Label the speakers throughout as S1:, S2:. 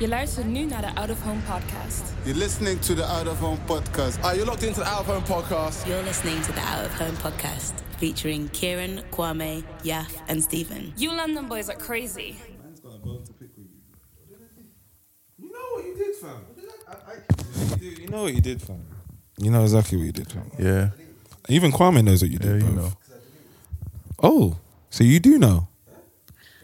S1: Je luistert nu naar de Out of Home podcast.
S2: You're listening to the Out of Home podcast.
S3: Are you locked into the Out of Home podcast?
S4: You're listening to the Out of Home podcast featuring Kieran, Kwame, Yaf, and Stephen.
S1: You London boys are crazy.
S5: Man's got a bone to pick with you. What did I do? You know what you did, fam. What did I, I, I, you, do- you know what you did, fam. You know exactly what you did, fam.
S3: Yeah.
S5: Even Kwame knows what you
S3: Yeah,
S5: did,
S3: you
S5: bruv.
S3: know.
S5: Oh, so you do know.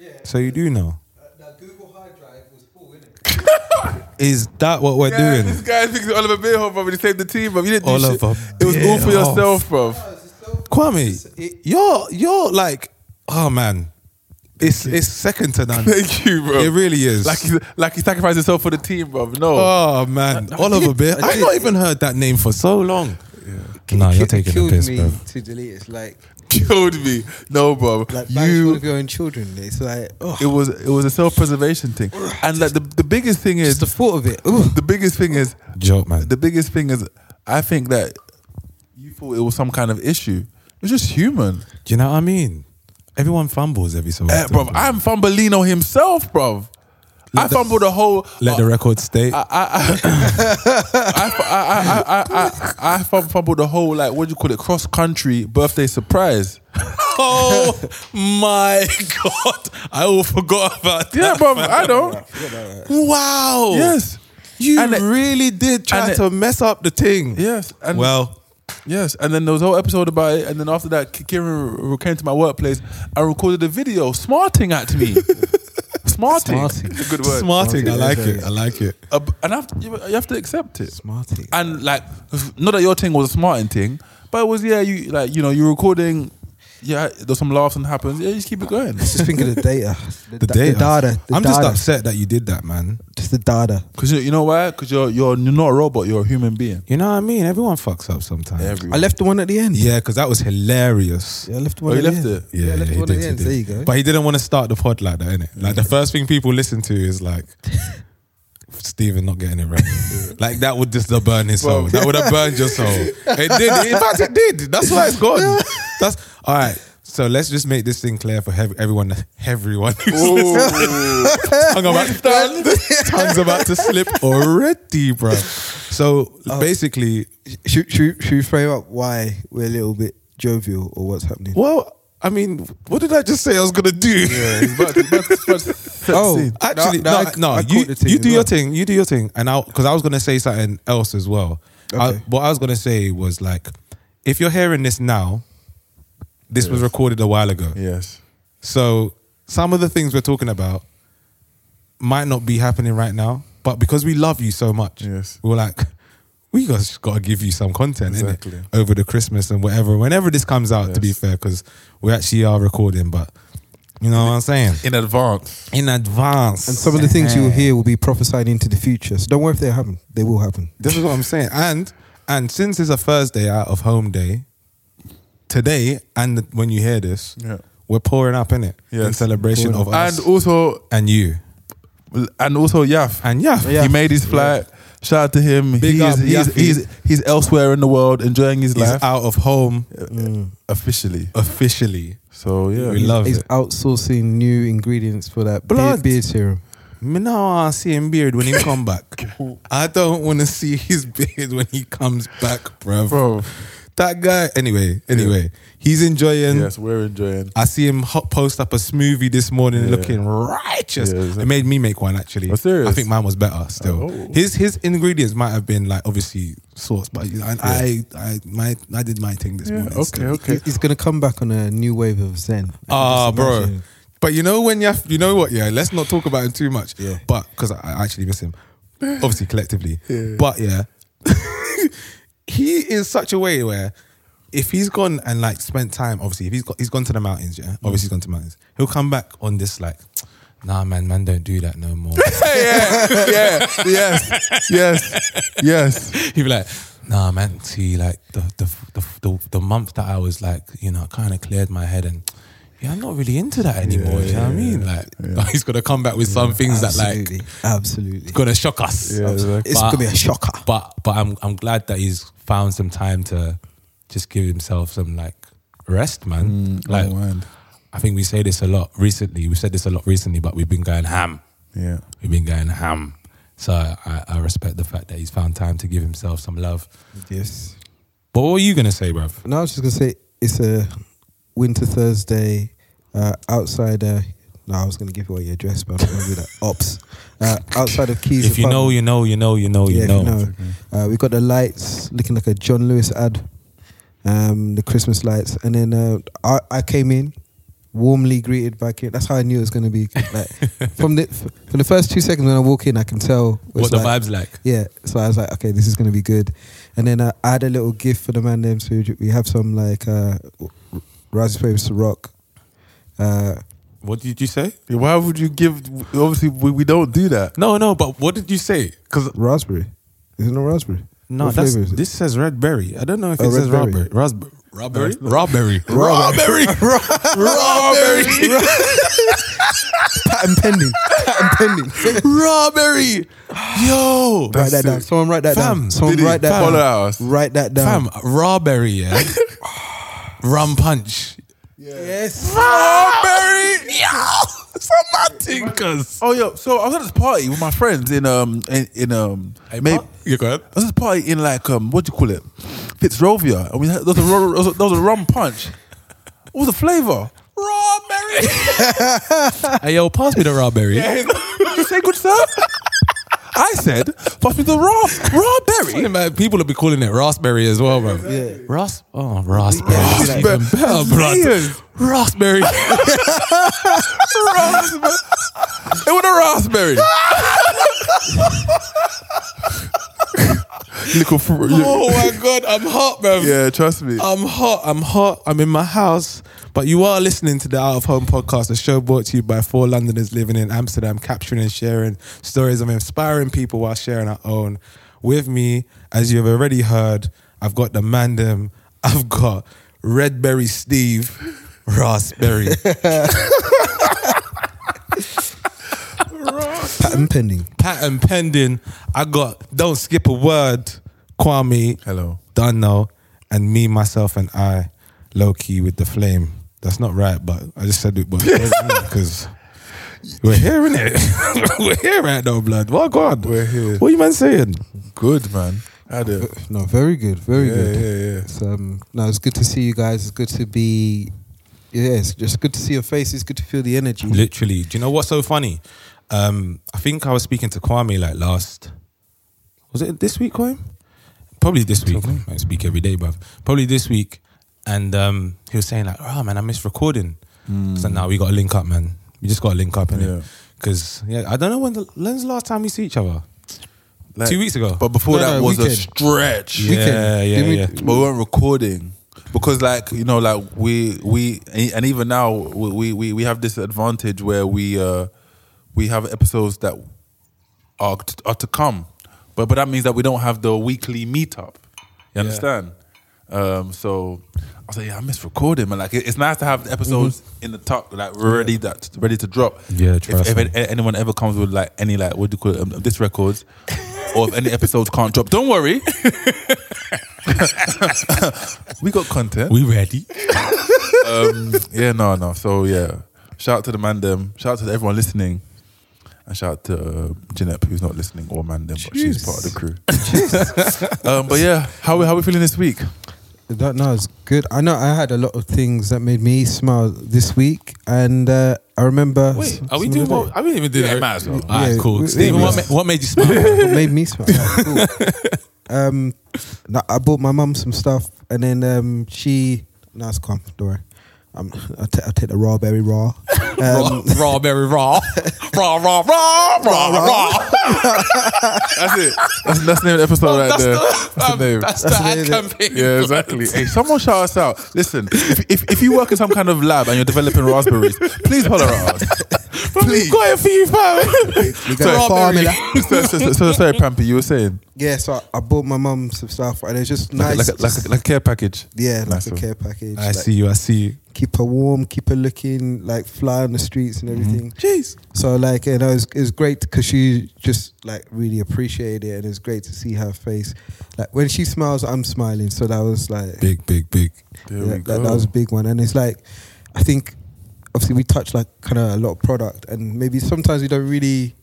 S6: Yeah.
S5: So you do know.
S6: Now Google Hard Drive was full, innit?
S5: Is that what we're
S3: Yeah,
S5: doing?
S3: this guy thinks Oliver Behoff, bro. He saved the team, bro. You didn't do
S5: Oliver
S3: shit. It was all for
S5: Bierhoff.
S3: yourself, bro.
S5: Kwame, you're you're like, oh man, it's it's second to none.
S3: Thank you, bro.
S5: It really is.
S3: Like he, like he sacrificed himself for the team, bro. No.
S5: oh man, Oliver Beer. I've not even heard that name for so long. Nah, you're taking a
S6: killed
S5: piss,
S6: me
S5: bro.
S6: to delete. It's like
S3: killed me. No, bro.
S6: like you, one
S3: you.
S6: of your own children. It's like oh,
S3: It was it was a self preservation thing, and like the, the biggest thing is
S6: just the thought of it. Ooh.
S3: the biggest thing is
S5: Joke, man.
S3: The biggest thing is I think that you thought it was some kind of issue. It's just human,
S5: Do you know what I mean? Everyone fumbles every so
S3: eh,
S5: often.
S3: bro. I'm Fumbelino himself, bro. I
S5: the-
S3: fumbled a whole.
S5: Let the record state.
S3: I, fu- I, I, I, I, I fum- fumbled the whole like what do you call it cross country birthday surprise.
S5: oh my god! I all forgot about
S3: Yeah,
S5: that.
S3: bro. I know.
S5: Wow.
S3: Yes.
S5: You
S3: And it-
S5: really did try
S3: and it-
S5: to mess up the thing.
S3: Yes. And
S5: Well,
S3: Yes, and then there was a whole episode about it, and then after that, K- Kieran r- r- came to my workplace and recorded a video smarting at me. smarting,
S6: Smarting.
S3: It's a good word.
S5: smarting. I like
S6: okay.
S5: it. I like it.
S3: Uh, b- and I have to, you you have to accept it.
S6: Smarting.
S3: And like, not that your thing was a smarting thing, but it was yeah. You like you know you're recording. Yeah, there's some laughs and happens. Yeah, you just keep it going.
S6: Just think of the data. The,
S5: The
S6: da-
S5: data.
S6: The data. The
S5: I'm
S6: data.
S5: just upset that you did that, man.
S6: Just the data.
S3: Because you, you know why? Because you're, you're you're not a robot. You're a human being.
S5: You know what I mean? Everyone fucks up sometimes.
S6: I left the one at the end.
S5: Yeah, because that was hilarious.
S6: Yeah, I left the
S3: Oh,
S6: one.
S3: you
S6: at the
S3: left
S6: end.
S3: it.
S5: Yeah,
S6: I left
S5: he
S6: the one
S5: did,
S6: at the
S5: he
S6: end.
S5: did.
S6: There you go.
S5: But he didn't want to start the pod like that, innit? Like the first thing people listen to is like Steven not getting it right. like that would just burn his soul.
S3: Bro.
S5: That would have burned your soul. It did. In fact, it did. That's why it's gone. That's all right. So let's just make this thing clear for hev- everyone. Everyone. tongue about, tongue's about to slip already, bro. So basically,
S6: Should, should, should we frame up why we're a little bit jovial or what's happening?
S5: well, I mean, what did I just say I was gonna do?
S3: But, but, but,
S6: Oh,
S5: Actually,
S6: no,
S5: no,
S6: I-
S5: no,
S6: I
S5: you,
S6: caught the thing
S5: you
S6: as
S5: do
S6: well.
S5: your thing, you do your thing, and I because I was gonna say something else as well. I,
S6: Okay.
S5: what I was gonna say was like, if you're hearing this now, this was recorded a while ago.
S3: yes.
S5: So some of the things we're talking about might not be happening right now, but because we love you so much,
S3: Yes.
S5: we we're like, we just got to give you some content innit?
S3: Exactly.
S5: over the Christmas and whatever, whenever this comes out. To be
S3: Yes.
S5: fair, because we actually are recording, but you know what I'm saying
S3: In advance.
S5: in advance.
S6: And some of the things you'll hear will be prophesying into the future. So don't worry if they happen. They will happen.
S5: This is what I'm saying. And and since it's a Thursday out of home day, today and when you hear this,
S3: Yeah.
S5: we're pouring up in it in
S3: Yes.
S5: celebration of us
S3: And
S5: and,
S3: also,
S5: you
S3: and also Yaf.
S5: and yeah.
S3: He made his flight. Shout out to him.
S5: Big
S3: He
S5: up,
S3: is- he's,
S5: Yaffe.
S3: he's, he's, elsewhere in the world enjoying his
S5: He's
S3: life Mm.
S5: out of home
S3: officially.
S5: officially.
S3: So yeah,
S5: We love
S6: He's
S5: it.
S6: outsourcing new ingredients for that
S5: Blood.
S6: beard, beard serum.
S5: Me now I see him beard when he come back. I don't want to see his beard when he comes back, bruv.
S3: Bro.
S5: That guy. Anyway, anyway, he's enjoying.
S3: Yes, we're enjoying.
S5: I see him hot post up a smoothie this morning
S3: Yeah.
S5: looking righteous.
S3: Yeah, exactly.
S5: It made me make one actually.
S3: Oh, serious?
S5: I think mine was better still.
S3: Oh.
S5: His his ingredients might have been like obviously sauce, but I I, I my I did my thing this
S3: Yeah,
S5: morning.
S3: okay,
S5: still.
S3: okay.
S6: He- He's going to come back on a new wave of Zen.
S5: Ah,
S6: Just
S5: bro.
S6: imagine.
S5: But you know when you have, you know what? Yeah, let's not talk about him too much.
S6: Yeah.
S5: But because I I actually miss him, obviously collectively. But yeah, he is such a way where if he's gone and
S6: Mm.
S5: like spent time, obviously if he's got he's gone to the mountains, yeah, obviously he's gone to mountains. He'll come back on this like. Nah, man, man, don't do that no more.
S3: yeah, yeah, yes, yes, yes.
S5: He'd be like, Nah, man, see, like the the the the, the month that I was like, you know, kind of cleared my head and. Yeah, I'm not really into that anymore. you know what I mean? Like, he's gonna come back with some things that
S6: absolutely,
S5: like
S6: absolutely.
S5: gonna shock us.
S3: Yeah, exactly.
S6: It's gonna be a shocker.
S5: But but I'm I'm glad that he's found some time to just give himself some like rest, man. like
S3: oh, man.
S5: I think we say this a lot recently. We said this a lot recently, but we've been going ham.
S3: Yeah.
S5: We've been going ham. So I, I respect the fact that he's found time to give himself some love.
S6: Yes.
S5: But what were you gonna say, bruv?
S6: No, I was just gonna say it's a winter Thursday uh, outside. Uh, no, I was gonna give away your address, but I'm gonna do that. Ops uh, outside of Keys.
S5: If you know, you know, you know, you know, Oh, you
S6: yeah,
S5: know.
S6: if Uh, we got the lights looking like a John Lewis ad, um, the Christmas lights, and then uh, I, I came in warmly greeted by Kieran. That's how I knew it was gonna be. Like from the f- from the first two seconds when I walk in, I can tell it's
S5: What the
S6: like-
S5: vibes like?
S6: yeah, so I was like, okay, this is gonna be good. And then uh, I had a little gift for the man them. So we have some like uh, raspberry papers to rock. Uh,
S5: What did you say?
S3: Why would you give? Obviously, we, we don't do that.
S5: No, no, but what did you say? Because
S6: raspberry, isn't it raspberry?
S5: no,
S6: What
S5: that's,
S6: flavour is it?
S5: this says red berry. I don't know if
S6: Oh,
S5: it says
S6: red
S5: raspberry.
S6: berry.
S5: Raspberry. Raspberry. Raspberry.
S6: Raspberry.
S5: Raspberry.
S6: patent pending, patent pending.
S5: Raspberry. Yo.
S6: write that
S3: That's
S6: down.
S3: it.
S6: Someone write that
S5: Fam,
S6: down. Someone
S3: did he
S6: write that
S3: follow
S6: down.
S3: us?
S6: Write that down.
S5: Fam, raspberry, yeah. Rum punch.
S6: Yes.
S5: Raspberry. Yo. Somatinkers.
S3: Oh yo, so I was at this party with my friends in um in, in um
S5: Mate, you go ahead.
S3: I was at this party in like um what do you call it Fitzrovia and we had, there, was a, ru- there was a- there was a rum punch. What was the flavour?
S5: Raspberry. hey, yo, pass me the raspberry.
S3: What did you say, good sir? I said, pass me the raw raw berry.
S5: Funny, man, people will be calling it raspberry as well, bro. Yeah. Ras- oh, raspberry.
S3: Yeah,
S5: Even
S3: like-
S5: better,
S3: Layers.
S5: bruv. Raspberry.
S3: It was a raspberry. Little fruit.
S5: oh um, uh, my God, I'm hot, bro.
S3: Yeah, trust me.
S5: I'm hot. I'm hot. I'm in my house. But you are listening to the Out of Home podcast, a show brought to you by four Londoners living in Amsterdam, capturing and sharing stories of inspiring people while sharing our own. With me, as you have already heard, I've got the Mandem, I've got Redberry Steve, Raspberry.
S6: Patent pending.
S5: patent pending. I got don't skip a word. Kwame.
S3: Hello.
S5: Dunno. And me, myself, and I, low key with the flame. That's not right, but I just said it, but because we're hearing it. we're here right now, blood. What God?
S3: We're here.
S5: What you man saying?
S3: Good man. I do.
S6: No, very good. Very
S3: Yeah,
S6: good.
S3: yeah, yeah.
S6: It's, um, no, it's good to see you guys. It's good to be. Yeah, it's just good to see your faces. Good to feel the energy.
S5: Literally. Do you know what's so funny? Um, I think I was speaking to Kwame like last. Was it this week, Kwame? Probably this week. I speak every day, bruv. Probably this week. And um, he was saying like, "Oh man, I miss recording." So now we got to link up, man. We just got to link up, innit?
S3: Yeah.
S5: Because yeah, I don't know when the when's the last time we see each other.
S3: Like-
S5: Two weeks ago.
S3: But before
S6: No,
S3: that
S6: no,
S3: was a
S6: weekend.
S3: stretch.
S5: Yeah, Weekend. yeah, Didn't we- yeah.
S3: But we weren't recording because, like you know, like we we and even now we we- we, we have this advantage where we uh we have episodes that are t- are to come, but but that means that we don't have the weekly meetup. You understand? Um, so I was like, yeah, I miss recording, man. Like it, it's nice to have the episodes in the top, like ready that ready to drop.
S5: Mm-hmm. Yeah,
S3: if,
S5: trust
S3: if
S5: me.
S3: an- anyone ever comes with like any like what do you call it, um, this records. or if any episodes can't drop, don't worry. we got content.
S5: we ready?
S3: Um, yeah, no, no. So yeah, shout out to the mandem. Shout out to everyone listening, and shout out to uh, Jeanette, who's not listening, or mandem, but she's part of the crew. um, but yeah, how we how we feeling this week?
S6: That no, it's good. I know I had a lot of things that made me smile this week, and uh, I remember.
S5: Wait,
S6: some-
S5: are we
S6: some
S5: doing?
S6: of it.
S5: What, I didn't even do
S3: Yeah,
S5: that.
S3: might as well.
S5: All right,
S6: Yeah,
S5: cool.
S6: we-
S5: Stephen,
S6: we-
S5: what, ma- what made you smile?
S6: What made me smile? Alright, cool. um, no, I bought my mum some stuff, and then um, she. No, it's calm. Don't worry. Um, I'll, ta- I'll take the raw berry raw. Um,
S5: raw, very raw, raw, raw, raw, raw, raw.
S3: That's it. That's, that's the name of the episode right there. that's the name.
S5: um, the
S6: ad
S5: campaign.
S3: yeah, exactly. Hey, someone shout us out. Listen, if, if, if you work in some kind of lab and you're developing raspberries, please holler at us.
S5: Please. Got it for you, fam.
S6: You got a formula.
S3: so, so, so, so, sorry, Pampy, you were saying
S6: Yeah, so I, I bought my mum some stuff, and it's just
S3: like,
S6: nice.
S3: a, like, a, like, a, like a care package.
S6: yeah, like
S3: Nice
S6: a
S3: one.
S6: care package.
S5: I
S6: like,
S5: see you. I see you.
S6: Keep her warm, keep her looking like fly on the streets
S3: Mm-hmm.
S6: and everything.
S5: Jeez.
S6: So like you know, it's it's great because she just like really appreciated it, and it's great to see her face. Like when she smiles, I'm smiling. So that was like
S5: Big, big, big.
S3: There
S6: yeah,
S3: we
S6: that,
S3: go.
S6: that was a big one, and it's like I think obviously we touch like kind of a lot of product, and maybe sometimes we don't really.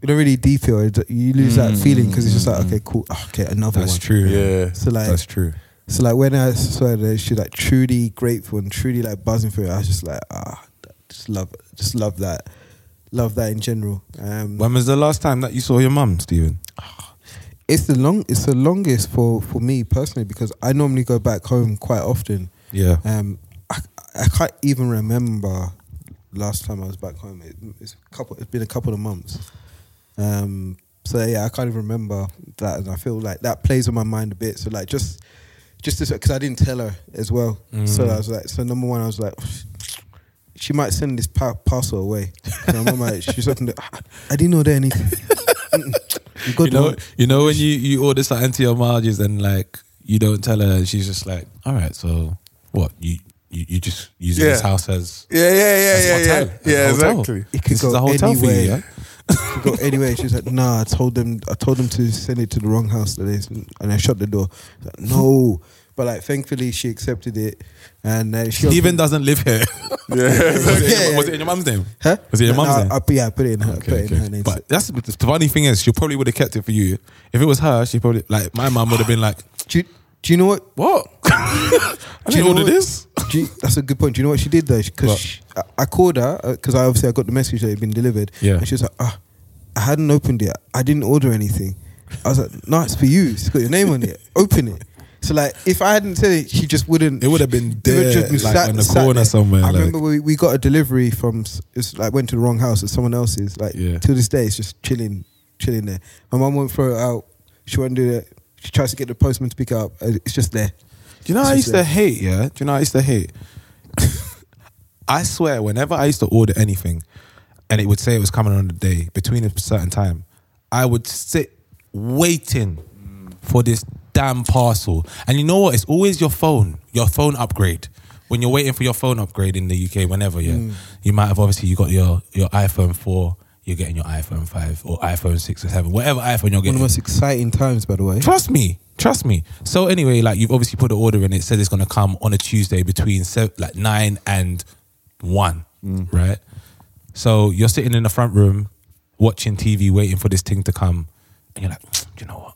S6: You don't really detail it. You lose that feeling because it's just like, okay, cool. Oh, okay, another
S5: Mm, That's
S6: one.
S5: true.
S3: Yeah.
S6: So like,
S5: That's true.
S6: so like when I saw that she like truly grateful and truly like buzzing for it, I was just like, ah, just love, just love that, love that in general. Um,
S5: When was the last time that you saw your mum, Stephen?
S6: it's the long, it's the longest for for me personally because I normally go back home quite often.
S5: Yeah.
S6: Um, I, I can't even remember last time I was back home. It, it's a couple. It's been a couple of months. Um, so yeah, I can't even remember that, and I feel like that plays on my mind a bit. So like just, just this because I didn't tell her as well.
S5: Mm.
S6: So I was like, so number one, I was like. She might send this pa- parcel away. So I'm like, she's opened it. "Ah, I didn't order anything. Mm-mm. You got
S5: You know,
S6: one.
S5: you know when you you order something to your marges and like you don't tell her, and she's just like, "All right, so what you you, you just using this
S3: Yeah.
S5: house as
S3: Yeah, yeah,
S5: as
S3: yeah, yeah,
S5: hotel,
S3: yeah.
S5: as
S3: Yeah,
S5: hotel.
S3: exactly.
S6: It could
S5: this
S6: go
S5: is a hotel for you.
S6: anywhere.
S5: Yeah?
S6: to go anywhere. She's like, nah, I told them, I told them to send it to the wrong house today, and I shut the door. I was Like, no, but like, thankfully, she accepted it, and uh, she
S5: Stephen doesn't live here.
S3: Yeah.
S5: was, it,
S6: Yeah.
S5: was it in your mum's name?
S6: Huh?
S5: Was it your
S6: No,
S5: mum's name?
S6: I, I, yeah, I put it in her. put
S5: Okay,
S6: it in her
S5: okay.
S6: name.
S5: But that's the funny thing is, she probably would have kept it for you. If it was her, she probably like my mum would have been like,
S6: do, you, do you know what?
S5: "What? I didn't
S6: know
S5: order
S6: what-
S5: this."
S6: Do you- that's a good point. Do you know what she did though?
S5: What?
S6: Because I, I called her because I obviously I got the message that it had been delivered.
S5: Yeah.
S6: And she was like, ah, I hadn't opened it. I didn't order anything. I was like, no, it's for you. It's got your name on it. Open it. So like, if I hadn't said it, she just wouldn't.
S5: It would have been
S6: they would
S5: there,
S6: just be
S5: like, on the corner
S6: there.
S5: somewhere,
S6: I
S5: like-
S6: remember we, we got a delivery from. s- It's like went to the wrong house. It's someone else's. Like
S5: Yeah.
S6: till this day, it's just chilling, chilling there. My mum won't throw it out. She won't do that. She tries to get the postman to pick it up. Uh, It's just there.
S5: Do you know
S6: It's
S5: I used
S6: just
S5: to
S6: there.
S5: hate? Yeah. Do you know I used to hate? I swear, whenever I used to order anything, and it would say it was coming on the day between a certain time, I would sit waiting for this damn parcel. And you know what? It's always your phone, your phone upgrade. When you're waiting for your phone upgrade in the UK, whenever yeah,
S6: Mm.
S5: you might have obviously you got your your iPhone four, you're getting your iPhone five or iPhone six or seven, whatever iPhone you're
S6: One of
S5: getting.
S6: the most exciting times, by the way.
S5: Trust me, trust me. So anyway, like you've obviously put an order in. It says it's gonna come on a Tuesday between seven, like nine and one,
S3: Mm.
S5: right? So you're sitting in the front room watching TV, waiting for this thing to come, and you're like, "Do you know what?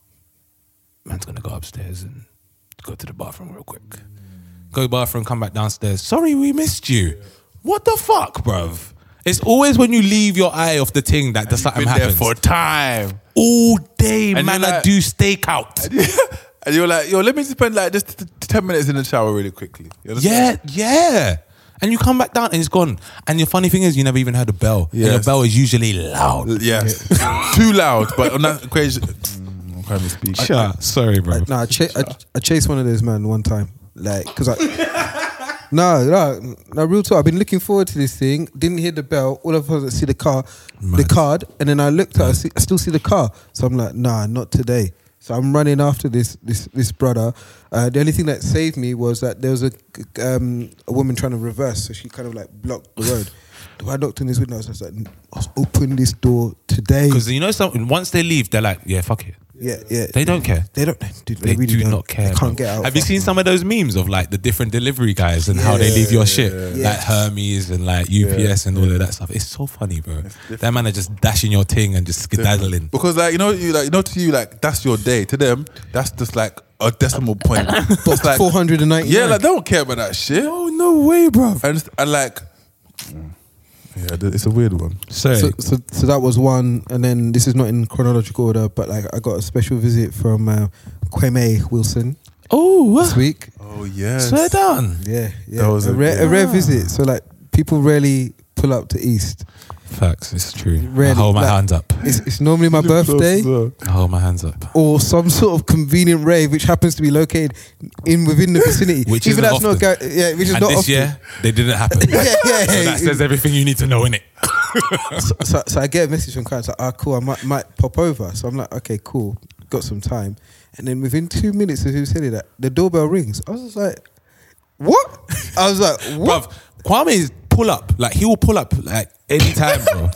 S5: Man's gonna go upstairs and go to the bathroom real quick. Go to the bathroom, come back downstairs. Sorry, we missed you. What the fuck, bruv? It's always when you leave your eye off the thing that the something
S3: Been there
S5: happens.
S3: for time.
S5: All day,
S3: And
S5: man,
S3: you're
S5: I
S3: like-
S5: do stakeout.
S3: And you're like, yo, let me spend like just t- t- ten minutes in the shower really quickly. You
S5: Yeah,
S3: understand?
S5: yeah. And you come back down and it's gone. And the funny thing is, you never even heard a bell. And your
S3: Yes.
S5: bell is usually loud.
S3: Yes. Too loud, but on that equation, Mm, I'm trying to speak.
S5: Sure. Sorry, bro.
S6: No, I, cha- I, I chased one of those man one time, like because I. No, no, no, real talk. I've been looking forward to this thing. Didn't hear the bell. All of a sudden, I see the car, the
S5: Mad.
S6: card, and then I looked at. I, see, I still see the car, so I'm like, nah, not today. So I'm running after this this this brother. Uh, the only thing that saved me was that there was a um, a woman trying to reverse, so she kind of like blocked the road. I knocked on this window. I was just like, open this door today.
S5: Because you know something. Once they leave, they're like, yeah, fuck it.
S6: Yeah, yeah.
S5: They don't care.
S6: They don't. Dude,
S5: They,
S6: they really
S5: do
S6: don't.
S5: not care.
S6: They can't
S5: bro.
S6: get out.
S5: Have you
S6: fast.
S5: seen some of those memes of like the different delivery guys and how they
S6: Yeah,
S5: leave your
S6: yeah,
S5: shit,
S6: yeah.
S5: like Hermes and like UPS and all of that stuff? It's so funny, bro. That man are just dashing your thing and just skedaddling.
S3: Because like you know, you like you know to you like that's your day. To them, that's just like a decimal point. It's like
S6: 499.
S3: Yeah, like they don't care about that shit. Oh
S5: No way, bro.
S3: And it's- and like, yeah, th- it's a weird one.
S5: Sorry.
S6: So, so, so that was one, and then this is not in chronological order, but like I got a special visit from uh, Kwame Wilson
S5: oh,
S6: this week.
S3: Oh yeah.
S5: swear down.
S6: Yeah, yeah,
S3: That was
S6: a,
S3: a-
S6: rare, a rare visit. So like people rarely pull up to East.
S5: Facts. It's true.
S6: Rarely.
S5: I hold my
S6: Like,
S5: hands up.
S6: It's, it's normally my birthday
S5: I hold my hands up.
S6: or some sort of convenient rave which happens to be located in within the vicinity.
S5: Which
S6: even
S5: isn't
S6: that's not
S5: often.
S6: gar- yeah, which is
S5: and
S6: not
S5: this
S6: often.
S5: year, they didn't happen.
S6: yeah,
S5: So that says everything you need to know in it.
S6: so, so, so I get a message from Kyle. It's like, ah, cool. I might, might pop over. So I'm like, okay, cool. Got some time. And then within two minutes of him saying that, the doorbell rings. I was just like, what? I was like, what?
S5: Bruv, Kwame is pull up. Like he will pull up like anytime, bro.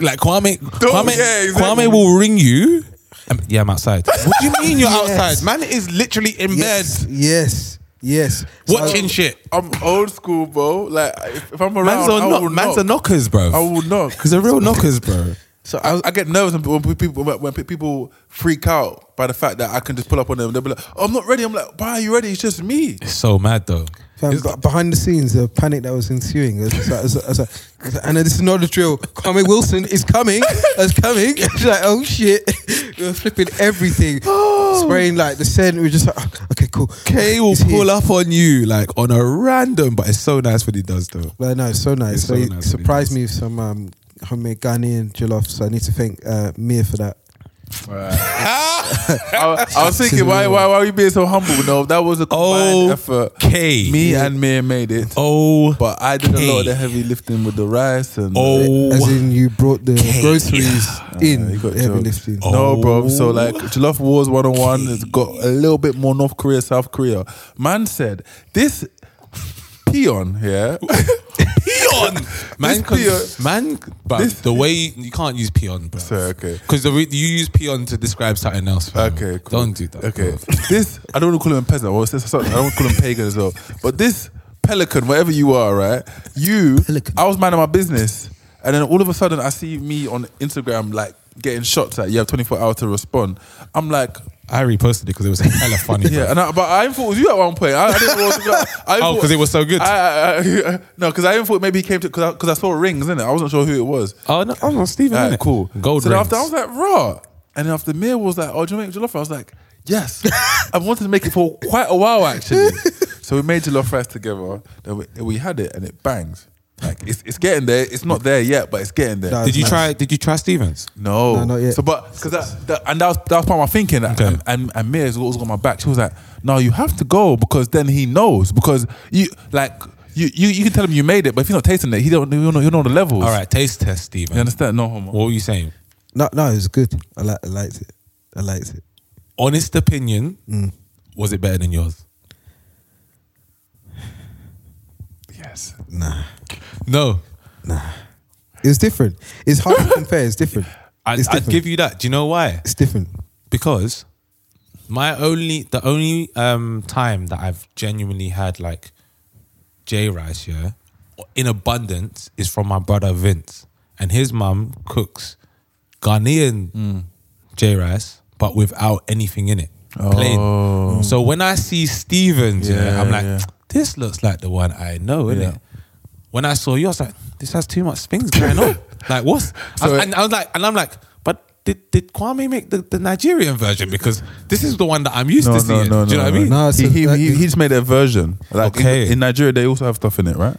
S5: Like Kwame, Kwame,
S3: yeah, exactly.
S5: Kwame will ring you. Um, yeah, I'm outside. what do you mean you're
S6: Yes.
S5: outside? Man is literally in
S6: yes,
S5: bed
S6: yes, yes. So I-
S5: watching shit.
S3: I'm old school, bro. Like if, if I'm around,
S5: Man's,
S3: I
S5: are
S3: will
S5: knock, man's are
S3: knock.
S5: knockers, bro.
S3: I will knock.
S5: Because they're real knockers, bro.
S6: So I,
S3: I,
S6: was,
S3: I get nervous when pe- people when when pe- people freak out by the fact that I can just pull up on them. They'll be like, "Oh, I'm not ready." I'm like, "Why are you ready? It's just me."
S5: It's so mad though.
S6: fam, but behind the scenes, the panic that was ensuing. I was just like, I was like- I was like- I was like, Anna, this is not a drill. Kwame Wilson is coming. Is coming. She's like, oh shit. We were flipping everything, spraying like the scent. We were just like, "Oh, okay, cool.
S5: Kay will
S6: He's here."
S5: pull up on you like on a random, but it's so nice what he does though.
S6: Well, no, it's so nice.
S5: It's
S6: so
S5: so
S6: he
S5: nice,
S6: surprised
S5: really
S6: me with some um, homemade Ghanaian jollof. So I need to thank uh, Mia for that.
S3: I, I was thinking, why, why, why are you being so humble? No, that was a combined effort.
S5: Okay.
S3: Me and Mia made it,
S5: Oh,
S3: but I did a lot of
S5: Okay.
S3: the heavy lifting with the rice and.
S5: oh,
S6: As in, you brought the
S5: Okay.
S6: groceries in.
S3: You got
S6: heavy
S3: jokes.
S6: lifting.
S5: Oh.
S3: No, bro. So like Jollof Wars 101 has got a little bit more North Korea, South Korea. Man said this peon, yeah.
S5: peon. Man,
S3: This
S5: can,
S3: peon-
S5: man, but
S3: this-
S5: the way you, you can't use peon, bro.
S3: Sorry, okay.
S5: Because you use peon to describe something else. bro.
S3: Okay, cool.
S5: Don't do that.
S3: Okay,
S5: bro.
S3: this I don't want to call him a peasant. Or this- sorry, I don't want to call him pagan as well. But this pelican, whatever you are, right? You,
S6: Pelican.
S3: I was minding my business, and then all of a sudden, I see me on Instagram like getting shots. Like you have 24 hours to respond. I'm like.
S5: I reposted it because it was hella funny.
S3: Yeah,
S5: bro.
S3: and I, but I even thought it was you at one point. I, I didn't know what to do. I even
S5: Oh, 'cause
S3: thought-
S5: it was so good.
S3: I, I, I, no, because I even thought maybe he came to because I, 'cause I saw rings in it. I wasn't sure who it was.
S5: Oh no, oh, no Steven,
S3: Alright,
S5: innit?
S3: cool.
S5: Gold
S3: so then
S5: rings.
S3: after I was like, raw. And then after Mia was like, oh, do you want to make jollof rice? I was like, yes. I wanted to make it for quite a while actually. so we made jollof rice together. Then we, we had it and it bangs. Like it's, it's getting there. It's not there yet, but it's getting there.
S6: That
S5: Did
S6: was
S5: you
S6: nice.
S5: try? Did you try Stevens?
S3: No,
S6: No, not yet.
S3: So, but because that, that and that was that was part of my thinking. And, and and Mia's always got my back. She was like, "No, you have to go because then he knows because you like you you, you can tell him you made it, but if you're not tasting it, he don't you know you know the levels.
S5: All right, taste test, Steven.
S3: you understand? No homo.
S5: What were you saying?
S6: No, no, it was good. I like, I liked it. I liked it.
S5: Honest opinion,
S3: Mm.
S5: was it better than yours?
S3: yes,
S6: Nah,
S5: No,
S6: it was different. It's hard to compare. It's different.
S5: I,
S6: it's
S5: I'd
S6: different.
S5: give you that. Do you know why?
S6: It's different.
S5: because my only the only um time that I've genuinely had like J rice yeah in abundance is from my brother Vince and his mum cooks Ghanaian
S3: Hmm.
S5: J rice but without anything in it plain so when I see Stevens yeah,
S3: Oh. Yeah,
S5: I'm like
S3: yeah.
S5: this looks like the one I know innit?
S3: Yeah.
S5: when I saw you I was like this has too much things going on like what's I
S3: So
S5: was-
S3: it-
S5: and I was like and I'm like but did, did Kwame make the, the Nigerian version? Because this is the one that I'm used
S3: No,
S5: to
S3: no,
S5: seeing.
S3: no, no.
S5: Do you know what I
S3: no.
S5: mean?
S6: No, so
S3: he, he,
S6: that-
S3: he, he just made a version. Like
S5: Okay.
S3: in, in Nigeria, they also have stuff in it, right?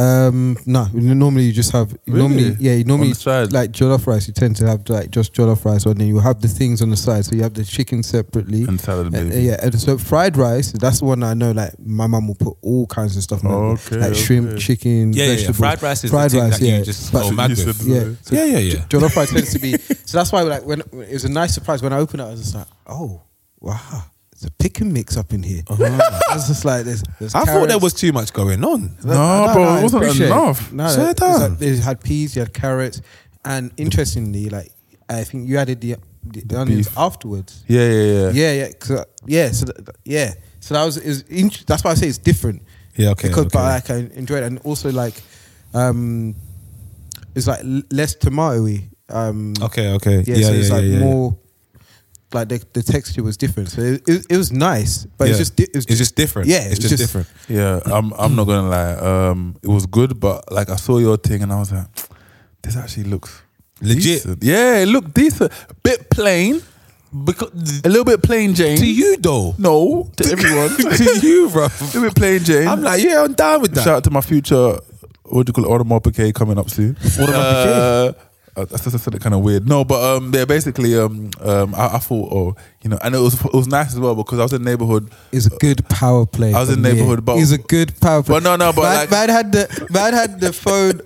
S6: Um, no, normally you just have you normally
S3: Really?
S6: yeah you
S3: On
S6: normally
S3: the side?
S6: like jollof rice. You tend to have like just jollof rice, and then you have the things on the side. So you have the chicken separately
S3: And salad,
S6: Uh,
S3: maybe.
S6: yeah, and so fried rice. That's the one I know. Like my mum will put all kinds of stuff, on
S3: Okay,
S6: it, like shrimp,
S3: okay.
S6: chicken,
S5: Yeah, yeah, yeah.
S6: vegetables.
S5: Fried rice is the thing that you just go mad
S3: with.
S6: Yeah, So
S5: Yeah, yeah, yeah.
S6: j- Jollof rice tends to be so. That's why like when it was a nice surprise when I opened it, I was just like, oh wow, it's a pick and mix up in here.
S3: Uh-huh.
S6: I was just like, there's. there's
S5: I thought there
S6: carrots,
S5: was too much going on.
S3: No, bro, it wasn't enough.
S6: no,
S5: Slow
S6: no, it's
S5: down.
S6: like they had peas, you had carrots, and interestingly, like I think you added the the, the onions
S3: beef.
S6: afterwards.
S3: Yeah, yeah, yeah.
S6: Yeah, yeah, 'cause, uh, yeah. So that, yeah, so that was is int- that's why I say it's different.
S5: Yeah, okay,
S6: Because but
S5: okay.
S6: like I enjoyed it, and also like, um, it's like l- less tomatoey. Um,
S5: Okay, okay.
S6: yeah,
S5: Yeah,
S6: so
S5: yeah,
S6: it's
S5: yeah,
S6: like
S5: yeah, yeah.
S6: more. Like the, the texture was different, so it, it, it was nice, but
S5: Yeah.
S6: it's just di- it was
S5: It's just different.
S6: Yeah,
S5: It's
S6: it was
S5: just different.
S3: Yeah, I'm. I'm not gonna lie. Um, it was good, but like I saw your thing and I was like, this actually looks
S5: Legit.
S3: decent. Yeah, it looked decent. Bit plain,
S5: Because
S3: a little bit plain Jane.
S5: to you though,
S3: no, to everyone.
S5: to you, bro.
S3: a little bit plain Jane.
S5: I'm like, yeah, I'm down with that.
S3: shout out to my future. What do you call it? Audemars Piguet coming up soon.
S5: Audemars Piguet?
S3: Uh, I, I said I said it kind of weird. No, but um, yeah, basically, um, um, I, I thought, oh, you know, and it was it was nice as well because I was in the neighborhood.
S6: It's a good power play.
S3: I was
S6: for
S3: in
S6: me.
S3: neighborhood, but-
S6: it's a good power play.
S3: But no, no, but
S6: man,
S3: like-
S6: man had the man had the phone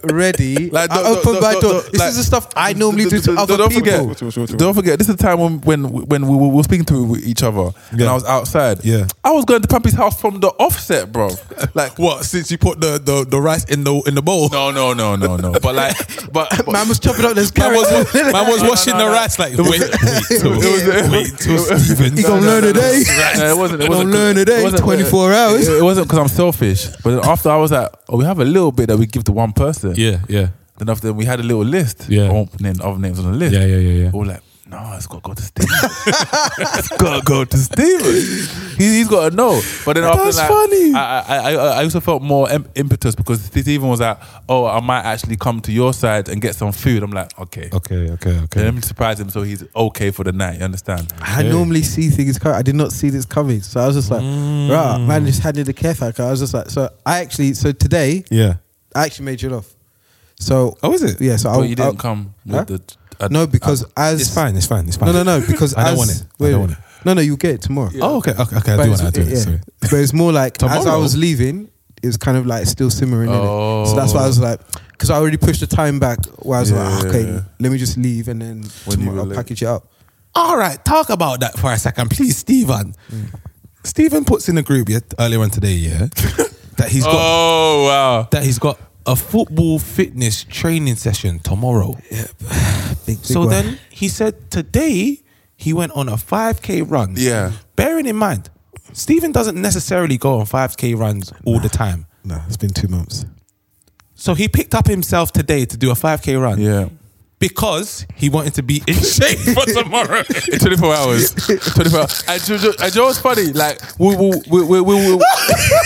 S6: ready.
S3: Like,
S6: I
S3: don't- don't-
S6: opened my
S3: don't-
S6: door.
S3: don't-
S6: this
S3: like-
S6: is the stuff I normally do to
S3: Don't-
S6: other
S3: don't
S6: people.
S3: Forget, don't forget, this is the time when when, when we, were- we were speaking to each other and
S5: Yeah.
S3: I was outside.
S5: Yeah.
S3: I was going to Pampy's house from the offset, bro. Like
S5: What? Since you put the, the, the rice in the in the bowl,
S3: No, no, no, no, no. But like, but, but
S6: Man was chopping up this
S5: man
S6: carrot.
S5: was, man was
S3: No, no,
S5: washing
S3: no,
S5: the
S3: no.
S5: rice like
S3: It was-
S5: wait, wait, till,
S3: It was- it
S5: wait till
S3: was-
S5: Steven.
S6: You gonna learn today.
S3: No, it wasn't. It
S6: Don't
S3: wasn't
S6: learn today,
S3: it wasn't-
S6: 24 hours.
S3: It, it wasn't because I'm selfish. But then after I was like, oh, we have a little bit that we give to one person.
S5: Yeah, yeah,
S3: Then after we had a little list.
S5: Yeah.
S3: I won't name other names on the list.
S5: yeah, yeah, yeah,
S3: We
S5: yeah.
S3: were like, no, it's got to go to Steven. it's got to go to Steven. He, he's got to know. But then after
S5: That's
S3: like,
S5: funny.
S3: I, I, I, I also felt more im- impetus because Steven was like, oh, I might actually come to your side and get some food. I'm like, okay.
S5: Okay, okay,
S3: Then
S5: okay.
S3: Let me surprise him so he's okay for the night. You understand?
S6: I normally see things coming. I did not see this coming, so I was just like,
S3: Mm.
S6: right, man, just handed the care factor. I was just like, so I actually, so today,
S5: Yeah.
S6: I actually made you off. So
S5: Oh, is it?
S6: yeah, so I
S3: but you didn't
S6: I-
S3: come with
S6: Huh?
S3: the. uh, I-
S6: no, because as
S5: It's fine. It's fine. It's fine.
S6: No, no, no. Because
S5: I don't
S6: as-
S5: want it. I
S6: wait,
S5: don't
S6: wait.
S5: want it.
S6: No, no. You get it tomorrow.
S5: Oh, okay, okay, okay. I
S6: But
S5: do want
S6: it's-
S5: it. I do want it.
S6: yeah.
S5: Sorry.
S6: But it's more like as I
S5: Tomorrow?
S6: was leaving, it was kind of like still simmering. innit? So that's why I
S3: Oh.
S6: was like, because I already pushed the time back. Where I was
S3: Yeah,
S6: like, "Ah,
S3: yeah,
S6: okay,
S3: yeah.
S6: let me just leave and then
S3: When you
S6: tomorrow
S3: were
S6: I'll
S3: late.
S6: package it up.
S5: All right, talk about that for a second, please, Stephen. Stephen puts in a group yeah, earlier on today, yeah, that he's got
S3: Oh wow!
S5: that he's got a football fitness training session tomorrow.
S6: Big, big
S5: so
S6: one.
S5: then he said today he went on a 5k run.
S3: Yeah.
S5: Bearing in mind, Stephen doesn't necessarily go on 5k runs all the time.
S6: no, it's been two months.
S5: So he picked up himself today to do a 5k run.
S3: Yeah.
S5: Because he wanted to be in shape for tomorrow.
S3: In 24 hours. 24 hours. And Joe, Joe, and Joe was funny. Like, we, we, we, we, we, we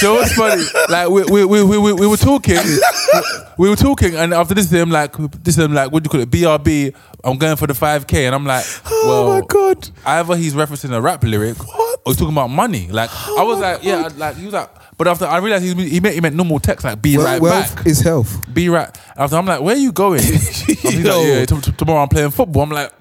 S3: Joe was funny. Like, we, we, we, we, we, we were talking. We were talking, and after this, him like, this, him like, what do you call it? BRB. I'm going for the 5K. And I'm like, well,
S5: Oh my God.
S3: Either he's referencing a rap lyric
S5: What? Oh
S3: or he's talking about money. Like, I was
S5: my
S3: like, yeah,
S5: God.
S3: like, he was like, but after I realized he, he, meant, he meant normal text, like, be right
S6: wealth
S3: back.
S6: is health.
S3: be right. After I'm like, where are you going? And he's like,
S5: Yo.
S3: yeah, t- t- tomorrow I'm playing football. I'm like,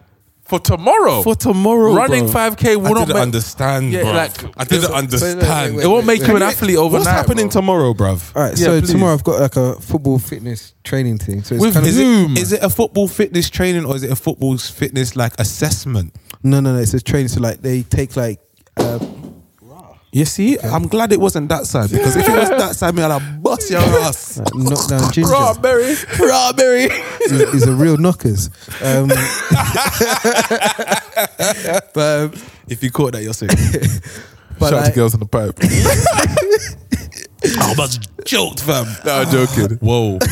S3: for tomorrow,
S5: For tomorrow,
S3: running
S5: bro.
S3: five k will
S5: I
S3: not
S5: didn't
S3: make-
S5: understand,
S3: Yeah,
S5: bro.
S3: like-
S5: I didn't understand.
S3: it won't make you
S5: Wait,
S3: an athlete overnight.
S5: What's happening
S3: bro.
S5: tomorrow, bruv?
S6: All right,
S3: Yeah,
S6: so
S3: please.
S6: tomorrow I've got like a football fitness training thing. So it's
S3: With
S6: kind of,
S5: Is
S3: Zoom.
S5: it, is it a football fitness training or is it a football fitness like assessment?
S6: no, no, no. It's a training. So like they take like uh,
S5: You see, I'm glad it wasn't that side because if it was that side, me, I'd have bust your ass.
S6: like knockdown ginger.
S3: Raw berry, raw berry.
S6: is, is a real knockers. Um, but um,
S5: if you caught that, you're sick.
S6: But
S3: Shout out to
S6: like-
S3: girls on the pipe.
S5: I was joked, fam.
S3: no, I'm joking.
S5: Whoa.
S3: But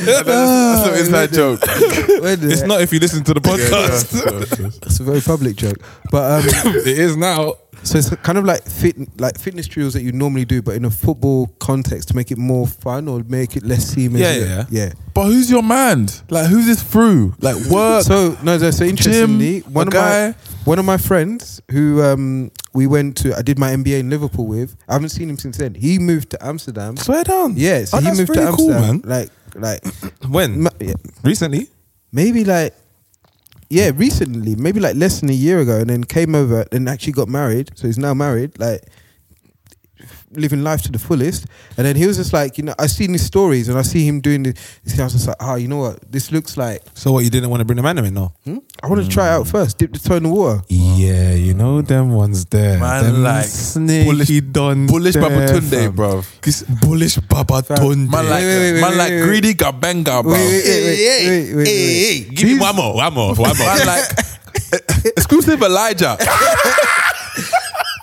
S3: that's, that's an inside joke.
S6: when did
S5: it's
S6: it-
S5: not if you listen to the podcast.
S6: It's a very public joke, but um,
S5: it is now.
S6: so it's kind of like fit, like fitness drills that you normally do, but in a football context to make it more fun or make it less seem.
S5: Yeah,
S6: yeah,
S5: yeah.
S6: yeah.
S3: But who's your man? Like, who's this through? Like, work.
S6: So no, no, so interestingly,
S3: Jim, a
S6: one of my
S3: guy.
S6: one of my friends who um, we went to, I did my MBA in Liverpool with. I haven't seen him since then. He moved to Amsterdam.
S5: Swear down.
S6: Yeah, so
S5: Oh,
S6: he
S5: that's
S6: moved to
S5: really cool,
S6: Amsterdam.
S5: man.
S6: Like, like
S5: When?
S6: ma- yeah,
S5: Recently?
S6: maybe like yeah recently maybe like less than a year ago and then came over and actually got married so he's now married like living life to the fullest and then he was just like you know i seen his stories and i see him doing this this- i was just like oh you know what this looks like
S5: So what, you didn't want to bring the man in, no?
S6: hmm? i want to try it out
S5: Mm.
S6: first dip the toe in the water
S5: Yeah, you know them ones there.
S3: Man,
S5: them
S3: like,
S5: sneaky
S3: bullish-
S5: dons
S3: bullish
S5: there,
S3: Babatunde,
S5: fam.
S3: bruv.
S5: This bullish Babatunde.
S3: Man like,
S6: wait, wait, wait,
S3: man
S6: wait,
S3: like
S6: wait, wait.
S3: greedy gabenga, bro.
S6: Wait, wait, wait, wait, wait, wait, wait.
S5: give me one more, one more, one
S3: Man like exclusive Elijah.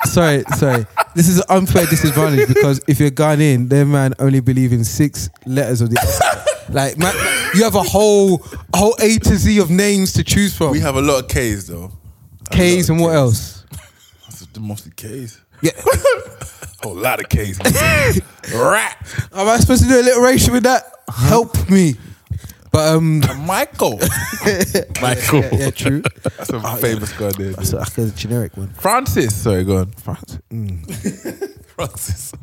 S6: sorry sorry this is an unfair disadvantage because if you're Ghanaian their man only believe in six letters of the alphabet. like man, you have a whole a whole a to z of names to choose from
S3: We have a lot of K's though.
S6: k's and what else
S3: That's the mostly K's.
S6: Yeah.
S3: whole lot of K's. Rat.
S6: Am I supposed to do alliteration with that? Help me. But um
S3: Michael. Michael.
S6: yeah, yeah, true.
S3: That's a famous guy there.
S6: That's like a generic one.
S3: Francis. Sorry, go on.
S5: Mm.
S6: France.
S3: Francis.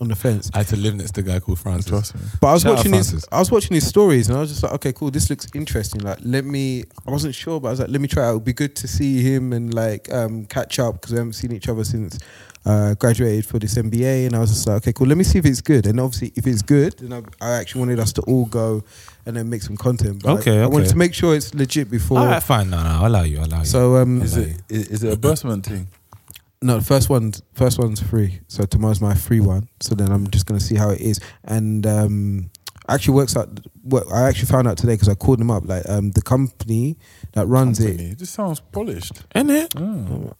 S6: on the fence.
S5: I had to live next to a guy called Francis.
S3: Trust me.
S6: But I was
S5: Shout out
S6: watching his,
S5: Francis.
S6: I was watching his stories, and I was just like, okay, cool, this looks interesting. Like, let me. I wasn't sure, but I was like, let me try. It would be good to see him and like um, catch up because we haven't seen each other since uh, graduated for this MBA. And I was just like, okay, cool, let me see if it's good. And obviously, if it's good, then I, I actually wanted us to all go and then make some content. But like,
S5: Okay,
S6: I wanted
S5: okay. Ah,
S6: to make sure it's legit before.
S5: All right, fine. No, no, I'll allow you. I'll allow you.
S6: So um,
S3: Is it is, is it a Bursman thing?
S6: No, the first one, first one's free. So tomorrow's my free one. So then I'm just gonna see how it is. And um, actually works out. What I actually found out today because I called them up. Like um, the company that runs it.
S3: It just sounds polished. Mm,
S5: in it?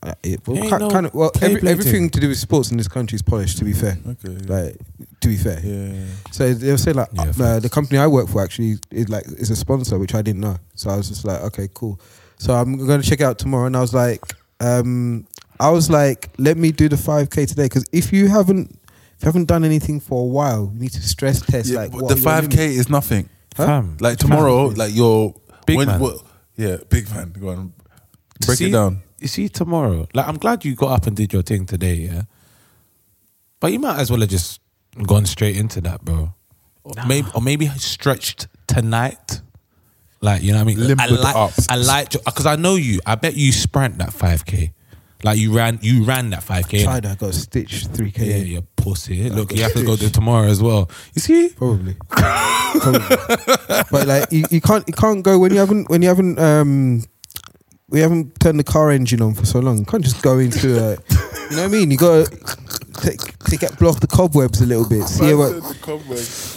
S6: uh, it well,
S5: Ain't
S6: ki-
S5: no
S6: kind of, well
S5: play
S6: every,
S5: play
S6: everything to do with sports in this country is polished. To be fair,
S3: Okay.
S6: like to be fair.
S3: yeah.
S6: So they were saying like
S5: Yeah,
S6: uh,
S5: facts.
S6: the company I work for actually is like is a sponsor, which I didn't know. So I was just like, okay, cool. So I'm going to check it out tomorrow, and I was like, um, I was like, let me do the 5k today because if you haven't if you haven't done anything for a while, you need to stress test
S3: Yeah,
S6: like
S3: but
S6: what
S3: the
S6: are your
S3: five k is nothing.
S6: Huh?
S5: Fam.
S3: Like tomorrow,
S5: Fam.
S3: like your
S5: Big man.
S3: yeah, big man. Go on,
S5: To
S3: break
S5: see-
S3: it down.
S5: You see, tomorrow, like, I'm glad you got up and did your thing today, yeah? But you might as well have just gone straight into that, bro. Or, maybe, or maybe stretched tonight. Like, you know what I mean?
S3: Limbered
S5: I like,
S3: up.
S5: I like, because I know you. I bet you sprint that 5K. Like, you ran, you ran that 5K.
S6: Tried, I got a stitch 3k.
S5: Yeah,
S6: in.
S5: you pussy. Look, you have to go do tomorrow as well. You see?
S6: Probably. Probably. but like you, you can't you can't go when you haven't when you haven't um we haven't turned the car engine on for so long. You can't just go into a you know what I mean? You gotta take take out blow off the cobwebs a little bit, see what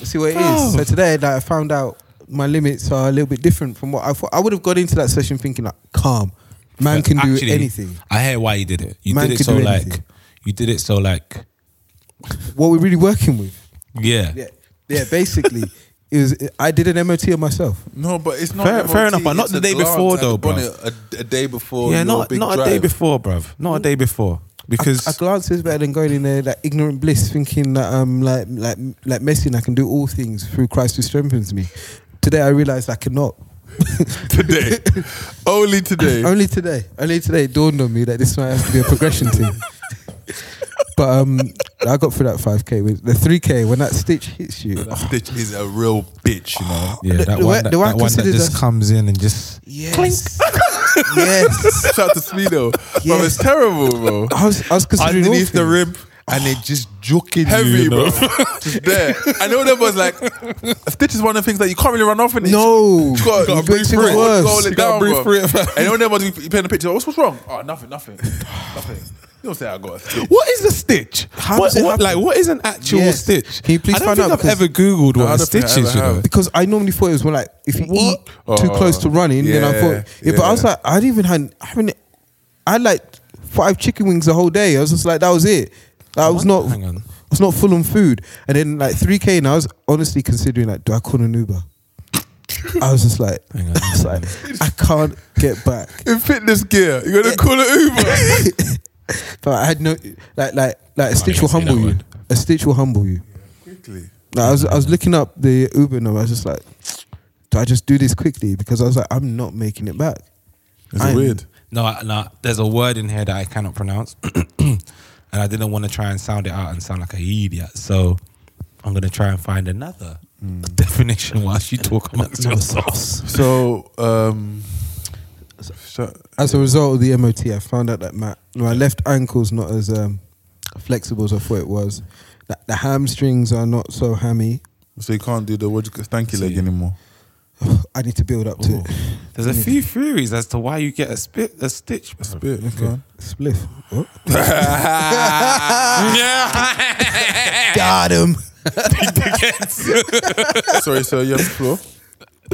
S6: see what it is. So today like, I found out my limits are a little bit different from what I thought I would have got into that session thinking like calm. Man
S5: But
S6: can
S5: actually,
S6: do anything.
S5: I hear why you did it. You
S6: Man
S5: did it
S6: could
S5: so
S6: do
S5: like,
S6: anything.
S5: you did it so like,
S6: What we're really working with.
S5: yeah.
S6: Yeah. Yeah, basically. It was, I did an MOT on myself.
S3: No, but it's not
S5: Fair-
S3: MOT,
S5: fair enough, but not
S3: it's
S5: the
S3: a
S5: day
S3: glance
S5: before
S3: at the
S5: though, bruv.
S3: bonnet A, a day
S6: Oh,
S3: before.
S5: Yeah,
S3: your
S5: not
S3: big
S5: not a
S3: drive.
S5: day before, bruv. Not a day before because
S6: a, a glance is better than going in there like ignorant bliss, thinking that um like like like Messi, and I can do all things through Christ who strengthens me. Today I realized I cannot.
S3: today, only today.
S6: Only today, only today it dawned on me that this might have to be a progression thing. But um, I got through that five k with the three k when that stitch hits you.
S3: That Stitch is a real bitch, you know.
S5: yeah,
S6: the-
S5: that
S6: the way-
S5: one that,
S6: the way I
S5: that one that
S6: considered
S5: just
S6: us-
S5: comes in and just
S6: Yes, yes.
S3: Shout out to Speedo. Bro,
S6: Yes.
S3: it's terrible, bro.
S6: I was, I was considering all
S3: Underneath the
S6: things.
S3: rib.
S5: and it just joking
S3: Heavy,
S5: you, you know?
S3: bro. Just there. I know that was like, Stitch is one of the things that you can't really run off in.
S6: No,
S3: You gotta,
S6: You
S3: you
S6: got
S3: breathe
S6: things
S3: through it. You
S6: worse.
S3: gotta hold
S5: You
S3: it
S5: gotta
S3: down,
S5: breathe
S3: bro.
S5: through it, fam.
S3: And you never be painting a picture. What's, what's wrong? Oh, nothing, nothing. nothing. You don't say I got a stitch.
S5: What is a stitch?
S6: How
S5: what,
S6: does it
S5: what-
S6: happen?
S5: like what is an actual
S6: Yes.
S5: stitch?
S6: Can you please
S5: I don't
S6: find
S5: think
S6: out
S5: I've
S6: because-
S5: ever googled
S3: I
S5: what a
S3: don't think I
S5: stitch is.
S3: ever
S5: You know,
S3: have.
S6: because I normally thought it was more like if you
S5: What?
S6: eat too
S3: Oh,
S6: close to running, then I
S3: yeah,
S6: thought yeah, But I was
S3: yeah.
S6: like, I didn't even had, I haven't, I had like five chicken wings the whole day. I was just like, that was it. Like, I was
S5: wonder-
S6: not,
S5: hang on.
S6: I was not full on food. And then like three k, and I was honestly considering like, do I call an Uber? I was just like,
S5: Hang on,
S6: I was like, I can't get back.
S3: In fitness gear, you're gonna call it Uber.
S6: But I had no like like like a stitch will
S5: even say
S6: humble
S5: that
S6: you.
S5: word.
S6: A stitch will humble you.
S3: Quickly.
S6: Like, I was I was looking up the Uber number. I was just like, do I just do this quickly? Because I was like, I'm not making it back.
S3: It's
S6: I'm-
S3: weird.
S5: no, I- no, there's a word in here that I cannot pronounce, and I didn't want to try and sound it out and sound like a idiot. So I'm gonna try and find another
S6: Hmm.
S5: definition whilst you talk amongst yourselves.
S3: So, um, so-
S6: As a result of the MOT, I found out that my my left ankle's not as um, flexible as I thought it was. That the hamstrings are not so hammy.
S3: so you can't do the what you call- stanky leg anymore.
S6: I need to build up to it.
S5: There's a few theories as to why you get a spit, a stitch. bro.
S3: Bit, go on.
S6: Spliff. Oh, What? Ah.
S5: Got
S6: him.
S3: Sorry, sir, you have the floor.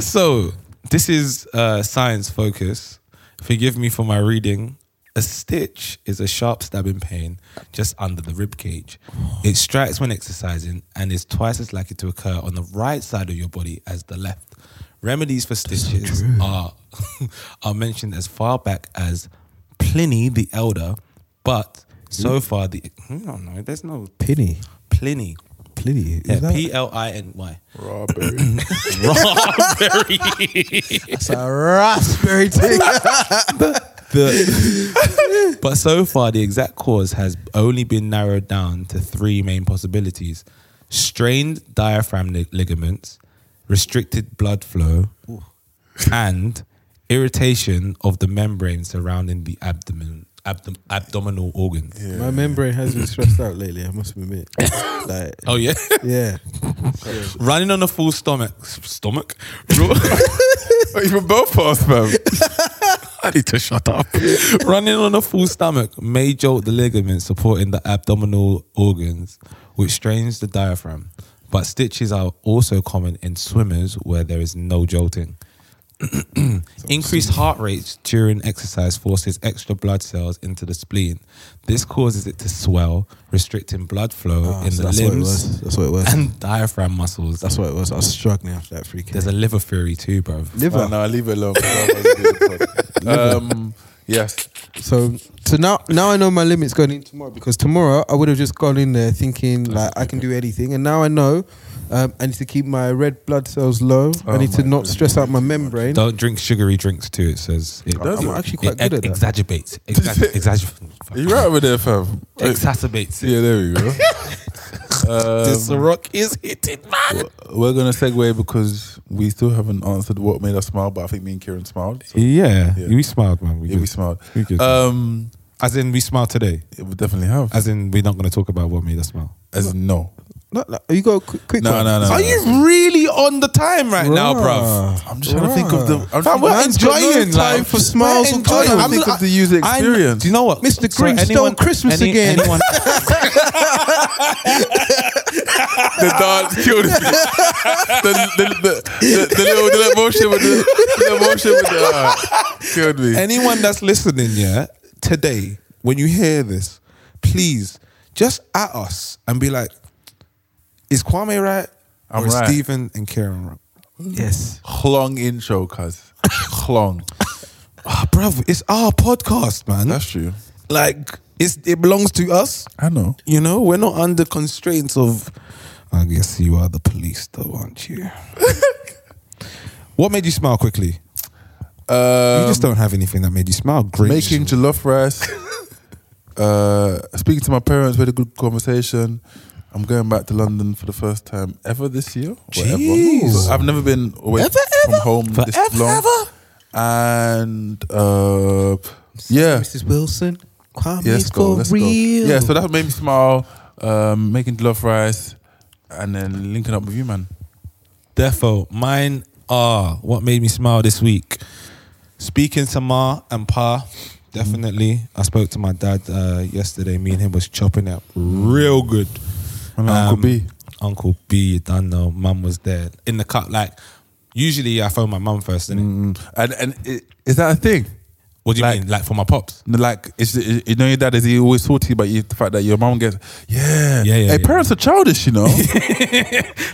S5: so this is uh, science focus. Forgive me for my reading. A stitch is a sharp stabbing pain just under the rib cage. It strikes when exercising and is twice as likely to occur on the right side of your body as the left. Remedies for stitches are are mentioned as far back as Pliny the Elder, but so far the hmm, no no there's no
S6: Pinny.
S5: Pliny.
S6: Pliny. Is
S5: Yeah,
S6: that-
S5: P L I N Y.
S3: Robbery.
S5: Raspberry.
S6: It's a raspberry thing.
S5: the But so far, the exact cause has only been narrowed down to three main possibilities strained diaphragm li- ligaments, restricted blood flow, and irritation of the membrane surrounding the abdomen. abdom- abdominal organs.
S6: My membrane has been stressed out lately. I must admit. like,
S5: Oh yeah,
S6: yeah,
S5: running on a full stomach. s- Stomach. Ru- Oh,
S3: Even both of us, man. I need to shut up.
S5: Running on a full stomach may jolt the ligaments supporting the abdominal organs, which strains the diaphragm. But stitches are also common in swimmers where there is no jolting. Increased heart rates during exercise forces extra blood cells into the spleen. This causes it to swell, restricting blood flow Oh, in the
S6: Ah, So that's what it
S5: limbs
S6: was. That's what it was.
S5: and diaphragm muscles.
S6: That's what it was. I was struggling after that free kick.
S5: There's a liver theory too, bro.
S3: No,
S6: liver.
S3: no, leave it alone. That was good. um, yes.
S6: So, so now, now I know my limits going in tomorrow because tomorrow I would have just gone in there thinking like I can do anything, and now I know um, I need to keep my red blood cells low.
S3: Oh
S6: I need to not stress out my membrane.
S5: Don't drink sugary drinks too. It says it
S6: I'm actually quite good eh? at that.
S5: Exacerbates. Exacerbates.
S3: Are you right over there, fam?
S5: exacerbates.
S3: Yeah, there we go. Um,
S5: the rock is hitting, man.
S3: We're gonna segue because we still haven't answered what made us smile, but I think me and Kieran smiled. So,
S5: Yeah,
S3: Yeah.
S5: we smiled, man. We
S3: yeah, we
S5: good.
S3: smiled.
S5: We good.
S3: Um,
S5: As in, we smiled today.
S3: yeah, we definitely have. As,
S5: As in, we're not going to talk about what made us smile.
S3: as in, no,
S6: No, no, you go quick. quick
S3: no,
S6: one.
S3: no, no. no.
S5: really on the time right
S6: Bruh.
S3: I'm just trying to think of the.
S5: Fam,
S3: I'm thinking-
S5: we're
S3: Man's got
S5: enjoying,
S3: no time
S5: like-
S3: for smiles.
S5: we're
S3: I'm trying to
S5: enjoying.
S3: think
S5: I'm-
S3: of the user
S5: I-
S3: experience.
S5: do you know what?
S6: Mr. Grinch stole Christmas again.
S5: Anyone,
S3: the dance killed me. the, the, the, the, the little the little motion with the, the little motion with the uh, killed me.
S5: anyone that's listening, yeah, today, when you hear this, please just at us and be like, is Kwame right?
S3: I'm
S5: or is
S3: right.
S5: Stephen and Karen right?
S6: Yes.
S3: Clong intro, cuz. Clong.
S5: Ah, bro, it's our podcast, man.
S3: That's true.
S5: like it's it belongs to us.
S3: I know.
S5: You know, we're not under constraints of. I guess you are the police, though, aren't you? what made you smile quickly?
S3: Um,
S5: you just don't have anything that made you smile. Great.
S3: making jollof rice. uh, speaking to my parents, we had a good conversation. I'm going back to London for the first time ever this year. whatever.
S5: Jeez.
S3: So I've never been away
S5: Ever,
S3: from
S5: ever?
S3: home
S5: Forever,
S3: this long.
S5: ever?
S3: And uh, yeah,
S6: Mrs. Wilson, Kwame
S3: yeah, let's go.
S6: for
S3: Let's
S6: real.
S3: go. Yeah, so that made me smile. Um, making jollof rice, and then linking up with you, man.
S5: Therefore, mine are what made me smile this week. Speaking to Ma and Pa, definitely. I spoke to my dad uh, yesterday. Me and him was chopping it up real good. Um,
S3: And Uncle B.
S5: Uncle B, you done know. Mum was there in the cut. Like usually, I phone my mum first, innit?
S6: Mm.
S3: Mm. And and i- is that a thing?
S5: What do you
S3: Like-
S5: mean? Like for my pops?
S3: Like, it's, it, you know, your dad is he always salty about you, the fact that your mom gets,
S5: Yeah,
S3: yeah,
S5: yeah, yeah.
S3: Hey, parents are childish, you know.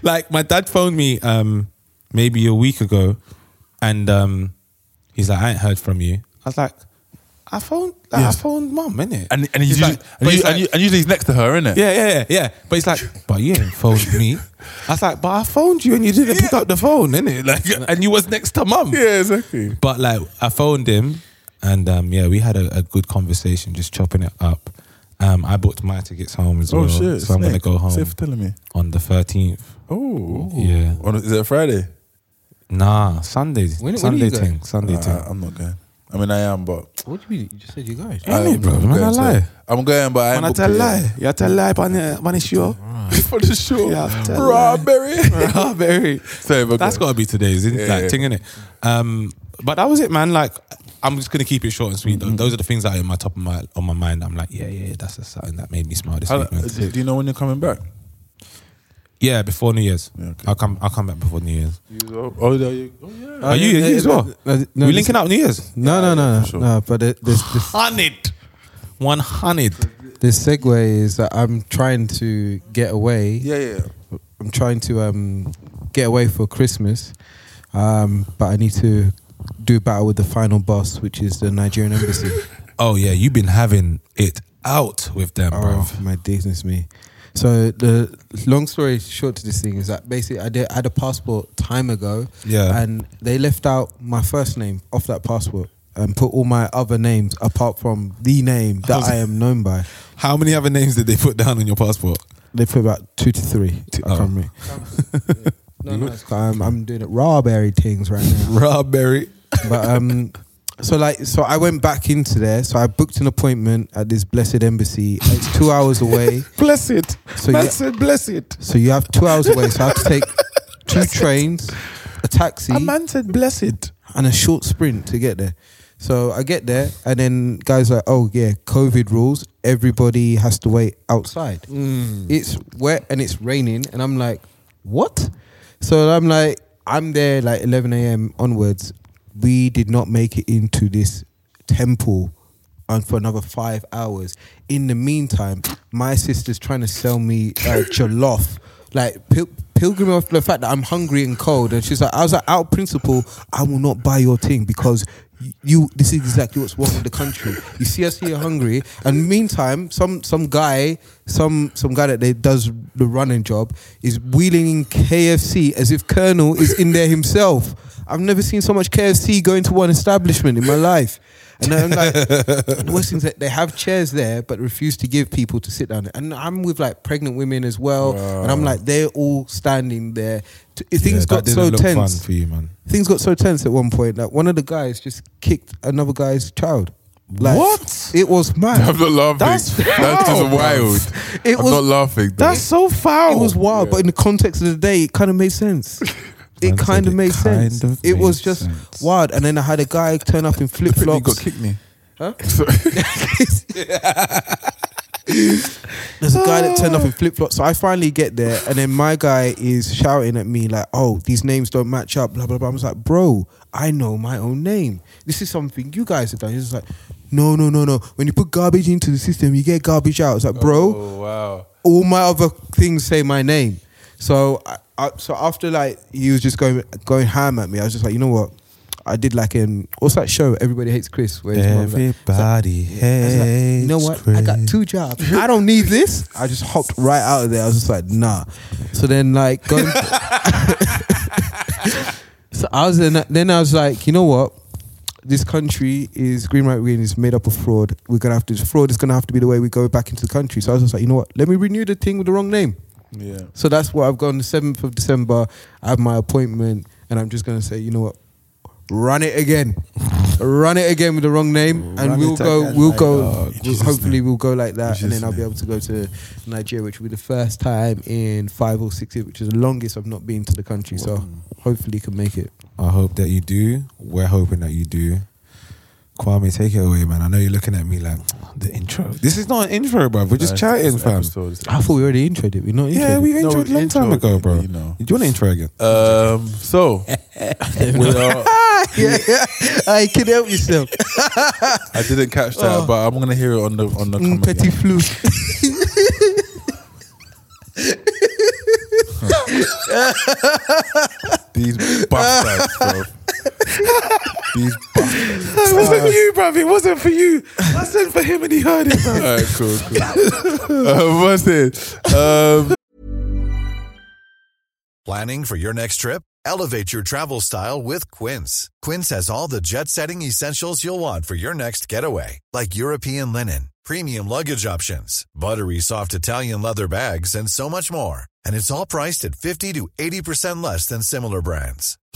S5: Like my dad phoned me um, maybe a week ago, and um, he's like, "I ain't heard from you." I was like, "I phoned, like,
S3: Yes.
S5: I phoned mum, innit?"
S3: and and,
S5: He's
S3: he's usually,
S5: like- but
S3: and,
S5: he's
S3: you, and,
S5: like-
S3: you, and usually he's next to her, isn't it?
S5: Yeah, yeah, yeah, yeah. But it's like, but you ain't phoned me. I was like, but I phoned you and you didn't pick up the phone, innit? Like, and you was next to mum.
S3: yeah, exactly.
S5: But like, I phoned him, and um, yeah, we had a, a good conversation, just chopping it up. Um, I booked my tickets home as
S3: Oh
S5: well,
S3: shit!
S5: so I'm gonna
S3: Snake.
S5: go home
S3: Safe for telling me.
S5: on the 13th.
S3: Oh
S5: Yeah.
S3: On, is it a Friday?
S5: Nah, Sunday,
S6: When- when are
S5: Sunday
S6: you going?
S5: thing, Sunday
S3: Nah,
S5: thing.
S3: Uh, I'm not going. I mean, I am, but
S6: What do you mean? You just said you guys.
S5: Ain't it, bro? Man, I
S3: going, so-
S5: lie.
S3: I'm going, but I ain't
S5: Man, I
S3: booked
S5: tell
S3: it yet.
S5: lie. You tell lie, man. Man, it's your
S3: for the show.
S5: Yeah, I've tell
S3: Raw berry.
S5: very.
S3: Sorry, but
S5: That's
S3: go.
S5: got to be today's isn't it?
S3: Yeah,
S5: like,
S3: yeah.
S5: thing, innit? Um, but that was it, man. Like, I'm just gonna keep it short and sweet.
S3: Mm-hmm.
S5: though. Those are the things that are in my top of my on my mind. I'm like, yeah, yeah, that's the something that made me smile this
S3: How-
S5: week, man.
S3: do you know when you're coming back?
S5: Yeah, before New Year's.
S3: Yeah, okay.
S5: I'll come. I'll come back before New Year's.
S3: Oh, there you go. Yeah.
S5: Are you?
S6: yeah,
S5: you as
S6: yeah,
S5: well.
S6: no, no,
S5: we
S6: this-
S5: linking up New Year's.
S6: No, no, no,
S3: yeah,
S6: no.
S3: for sure.
S6: no but it, this, this
S5: Hundred. One hundred.
S6: this segue is that I'm trying to get away.
S3: Yeah, yeah.
S6: I'm trying to um, get away for Christmas, um, but I need to do battle with the final boss, which is the Nigerian embassy.
S5: Oh yeah, you've been having it out with them,
S6: oh,
S5: bruv.
S6: my goodness me! So the long story short to this thing is that basically I did I had a passport time ago,
S5: Yeah.
S6: and they left out my first name off that passport. and put all my other names apart from the name that I am known by.
S5: How many other names did they put down on your passport?
S6: They put about two to three. I
S5: Oh.
S6: can't remember. no, no, it's- I'm, I'm doing it raw berry things right now.
S5: Robbery.
S6: But um, so like, so I went back into there. So I booked an appointment at this blessed embassy. It's two hours away.
S5: Blessed.
S6: So
S5: blessed,
S6: you-
S5: blessed.
S6: So you have two hours away. So I have to take two trains, a taxi,
S5: A man said blessed.
S6: and a short sprint to get there. So I get there, and then guys are like, "Oh yeah, COVID rules. Everybody has to wait outside. It's wet and it's raining." And I'm like, "What?" So I'm like, "I'm there like 11 a.m. onwards. We did not make it into this temple." And for another five hours. In the meantime, my sister's trying to sell me uh, jollof, like pil- pilgrim of the fact that I'm hungry and cold. And she's like, I was like, out of principle, I will not buy your thing because you. This is exactly what's wrong with the country. You see us here hungry, and meantime, some some guy, some some guy that they does the running job is wheeling in KFC as if Colonel is in there himself. I've never seen so much KFC go into one establishment in my life. And I'm like, the worst thing is that they have chairs there, but refuse to give people to sit down. And I'm with like pregnant women as well, and I'm like, they're all standing there. T- Things got so tense.
S5: for you, man.
S6: Things got so tense at one point that one of the guys just kicked another guy's child. Like,
S5: What?
S6: It was
S3: I'm
S6: mad.
S3: not laughing.
S5: That's
S3: That's,
S5: foul,
S3: just wild.
S6: It
S3: I'm
S6: was-
S3: not laughing. though.
S5: That's so foul.
S6: It was wild, but in the context of the day, it kind of made sense. It
S5: Man said
S6: kind of
S5: it
S6: made
S5: kind
S6: sense.
S5: of
S6: it was
S5: made
S6: just
S5: sense.
S6: wild. And then I had a guy turn up in flip
S3: Brittany got
S6: flops.
S3: kicked me.
S6: There's a guy that turned
S3: Ah.
S6: up in flip flops. So I finally get there, and then my guy is shouting at me like, "Oh, these names don't match up." Blah blah blah. I was like, "Bro, I know my own name. This is something you guys have done." He's just like, "No, no, no, no. When you put garbage into the system, you get garbage out." It's like, "Bro,
S3: Oh wow.
S6: all my other things say my name. So I, I, so after like he was just going going ham at me, I was just like, you know what? I did like in what's that show? Everybody hates Chris. Where his mum, like-
S5: Everybody
S6: I was like,
S5: hates
S6: you know what? I got
S5: Chris.
S6: two jobs. I don't need this. I just hopped right out of there. I was just like, nah. So then like going. so I was in, then I was like, you know what? This country is green right green is made up of fraud. We're gonna have to fraud is gonna have to be the way we go back into the country. So I was just like, you know what? Let me renew the thing with the wrong name.
S3: Yeah.
S6: So that's what I've got on the seventh of December. I have my appointment, and I'm just gonna say, you know what? Run it again, run it again with the wrong name, and
S5: Run
S6: we'll
S5: it
S6: go.
S5: again,
S6: We'll
S5: my
S6: go.
S5: dog.
S6: we'll-
S5: Jesus'
S6: hopefully,
S5: name.
S6: we'll go like that, and
S5: Jesus'
S6: then I'll be able to go to Nigeria, which will be the first time in five or six years, which is the longest I've not been to the country. So hopefully, can make it.
S5: I hope that you do. We're hoping that you do. Kwame, take it away, man. I know you're looking at me like the intro. This is not an intro, bro. We're just chatting, fam.
S6: I thought we already introed it. We're not
S5: Yeah, we
S3: No,
S5: introed a long time
S3: intro,
S5: ago, bro.
S3: you know.
S5: Do you want to intro again?
S6: Uh,
S3: Um, so we are,
S6: I can help yourself.
S3: I didn't catch that, but I'm gonna hear it on the on the
S6: Mm,
S3: comment,
S6: Petit
S3: yeah.
S6: flu.
S3: These bastards, bro. These
S5: it
S3: bastards.
S6: uh,
S5: wasn't for you, bro. It wasn't for you. I sent for him and he heard it,
S3: All right, cool, cool. Uh, what's it? Um,
S7: Planning for your next trip? Elevate your travel style with Quince. Quince has all the jet setting essentials you'll want for your next getaway, like European linen, premium luggage options, buttery soft Italian leather bags, and so much more. And it's all priced at 50 to 80% less than similar brands.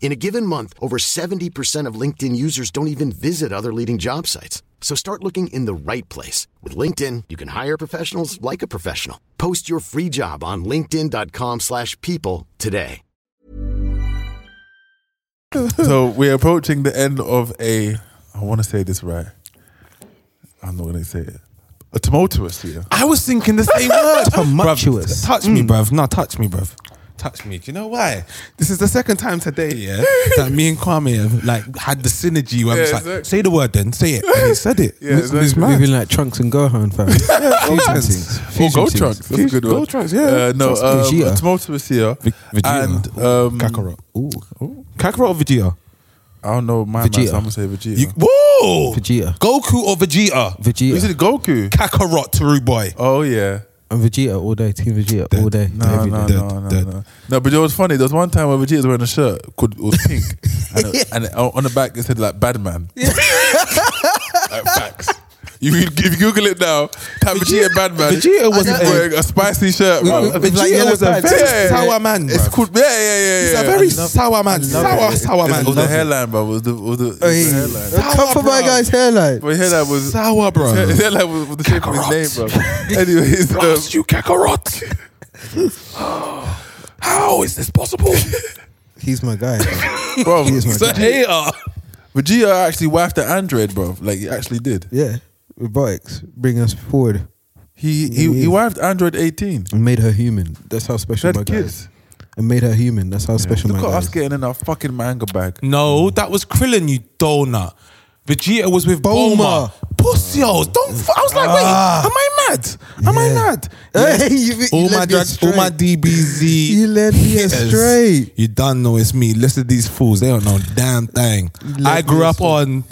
S8: In a given month, over 70% of LinkedIn users don't even visit other leading job sites. So start looking in the right place. With LinkedIn, you can hire professionals like a professional. Post your free job on linkedin.com/people slash people today.
S3: so we're approaching the end of a. I want to say this right. I'm not gonna say it. A tumultuous year.
S5: I was thinking the same word.
S6: Tumultuous.
S5: Bruv, touch me, bruv. No, touch me, bruv. touch me. Do you know why? This is the second time today, yeah, that me and Kwame have like had the synergy where
S3: Yeah,
S5: it's like,
S3: exactly.
S5: say the word then, say it. And he said it.
S3: Yeah,
S5: It's- it's
S3: exactly.
S5: mad.
S6: We've been like Trunks and Gohan, fam. Fusion
S5: Trunks.
S6: teams.
S3: Or
S6: Fusion
S3: Gold
S6: teams.
S3: Trunks. That's a good one.
S5: Gold Trunks, yeah.
S3: Uh, no,
S6: Trunks,
S3: um,
S6: Vegeta.
S3: Tomato was here.
S5: Ve- Vegeta.
S3: And um,
S5: Kakarot.
S6: Ooh,
S5: Kakarot or Vegeta?
S3: I don't know my man, so
S6: Vegeta.
S3: I'm going to say Vegeta.
S5: You, whoa!
S6: Vegeta.
S5: Goku or Vegeta?
S3: you
S6: Vegeta.
S3: said Goku?
S5: Kakarot, Taru boy.
S3: Oh, yeah.
S6: And Vegeta all day. Team Vegeta all day.
S3: No,
S6: every
S3: no,
S6: day.
S3: no,
S5: Dead,
S3: no,
S5: dead.
S3: no. No, but it was funny. There was one time where Vegeta was wearing a shirt called it was pink, and, it- and it- on the back it said like "bad man." like, facts. You, if you Google it now, type Vegeta, bad man.
S6: Vegeta was
S3: he's
S6: a-
S3: wearing a spicy shirt. bro.
S6: Vegeta was a
S3: pants.
S6: very
S5: sour man,
S3: It's
S5: bruv.
S3: called yeah, yeah, yeah.
S5: He's
S3: yeah.
S5: a very
S3: It's-
S5: sour man. Sour, sour man. Oh,
S3: It was the hairline, bro. It was the, it was the, it was the
S6: Hey,
S3: hairline.
S6: don't come for my
S5: Bruv.
S6: guy's hairline.
S3: But his hairline was
S5: Sour, bro.
S3: His hairline was, was the shape of his name, bro. Anyways, um,
S5: Blast you, Kakarot. How is this possible?
S6: He's my guy. fam.
S3: bro,
S6: He is my guy.
S5: hater.
S3: Vegeta actually wifed the android, bro. Like he actually did.
S6: Yeah, robotics bring us forward
S3: He he, he wifed Android 18.
S6: and made her human. That's how special
S3: She
S6: my
S3: had
S6: guy
S3: kids.
S6: is. And made her human. That's how special
S3: Look
S6: my
S3: at
S6: guy
S3: us
S6: is.
S3: getting in our fucking manga bag.
S5: No, that was Krillin, you donut. Vegeta was with
S6: Bulma.
S5: Bulma. Pussios, don't. F- I was like, wait,
S3: Ah.
S5: am I mad? Am I
S6: Ah. Yeah.
S5: mad?
S6: Hey, you- you
S5: all
S6: led
S5: my
S6: me
S5: drag, all
S6: astray.
S5: my DBZ.
S6: You led me
S5: hitters,
S6: astray.
S5: You don't know it's me. Listen to these fools. They don't know damn thing.
S6: led
S5: I grew
S6: me
S5: up
S6: astray.
S5: on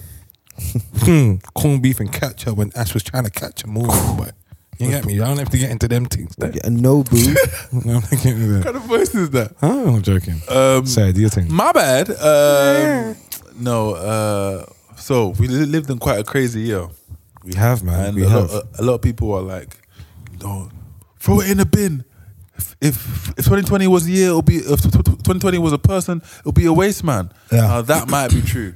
S5: hmm, corned beef and ketchup when Ash was trying to catch a movie, but you get me. I don't have to get into them things. There.
S6: Yeah, and Nobu.
S5: I don't have to get into that.
S3: What kind of voice is that?
S5: Oh, I'm joking.
S3: Um,
S5: Sorry, do your thing.
S3: My bad. Um, no. Uh, so we li- lived in quite a crazy year,
S5: We have, man.
S3: and
S5: we
S3: a
S5: have.
S3: lot, a, a lot of people are like, "Don't throw it in the bin." If if, if 2020 was a year, it'll be if tw- tw- 2020 was a person, it'll be a waste man.
S5: Yeah.
S3: Now that might be true,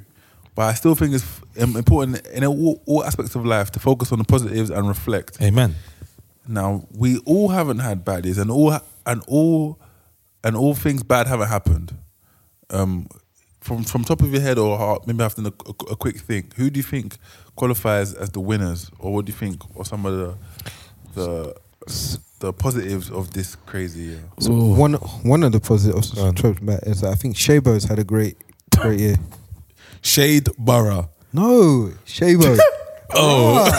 S3: but I still think it's im- important in all, all aspects of life to focus on the positives and reflect.
S5: Amen.
S3: Now we all haven't had bad years, and all and all and all things bad haven't happened. Um, from from top of your head or heart, maybe after a, a quick think, who do you think qualifies as the winners, or what do you think, or some of the the the positives of this crazy year?
S6: So one one of the positives of Trump Matt, is that I think Shabo's had a great great year.
S5: Shade Borough.
S6: No, Shabo.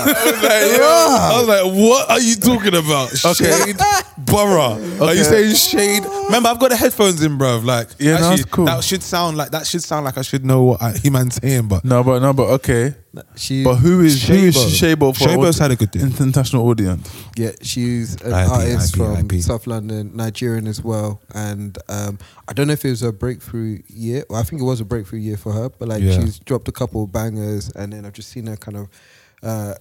S5: I was like, what are you talking about? Shade Borough. Are you saying shade? Remember, I've got the headphones in, bruv. Like,
S3: Yeah, no, that's cool.
S5: that should sound like that should sound like I should know what I, he man's saying, but
S3: No, but no, but okay.
S6: she,
S3: But who is who is Shabo for?
S5: Shabo's had a good day.
S3: international audience.
S6: Yeah, she's an
S5: IP,
S6: artist
S5: IP.
S6: from South London, Nigerian as well. And um, I don't know if it was a breakthrough year. Well, I think it was a breakthrough year for her, but like
S5: Yeah.
S6: she's dropped a couple of bangers, and then I've just seen her kind of uh,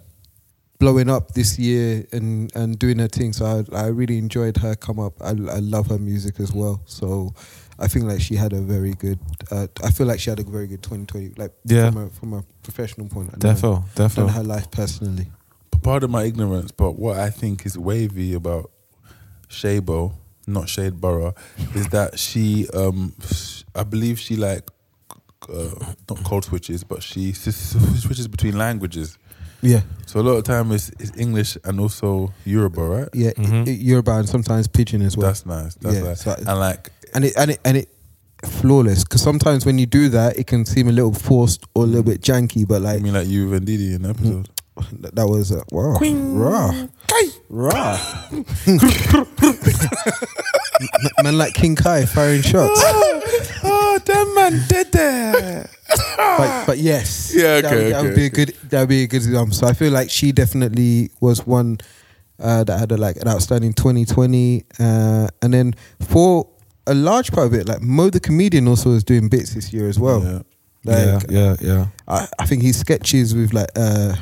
S6: blowing up this year and and doing her thing. So I, I really enjoyed her come up. I, I love her music as well. So. I think like she had a very good. Uh, I feel like she had a very good 2020. Like
S5: Yeah.
S6: from, a, from a professional point, of
S5: Defo, defo.
S6: and her life personally.
S3: pardon my ignorance, but what I think is wavy about Shabo, not Shade Borough, is that she, um, sh- I believe she like uh, not code switches, but she s- s- switches between languages.
S6: Yeah,
S3: So a lot of time it's, it's English and also Yoruba, right?
S6: Yeah, i- i- Yoruba and sometimes pigeon as well.
S3: Mm-hmm. That's nice. That's
S6: Yeah,
S3: nice.
S6: so-
S3: and like,
S6: and it and it and it flawless because sometimes when you do that, it can seem a little forced or a little bit janky. But
S3: I
S6: like
S3: mean, like you and Didi in the episode.
S6: that, that was uh, wow, raw, raw. Man like King Kai firing shots,
S3: oh, damn man, dead there.
S6: but, but yes,
S3: Yeah,
S6: that,
S3: okay,
S6: would- that
S3: okay,
S6: would be a good that would be a good example. So I feel like she definitely was one uh, that had a, like an outstanding 2020, uh, and then for a large part of it, like Mo the comedian also was doing bits this year as well.
S3: Yeah.
S6: Like
S5: yeah, yeah, yeah.
S6: I, I think he sketches with like uh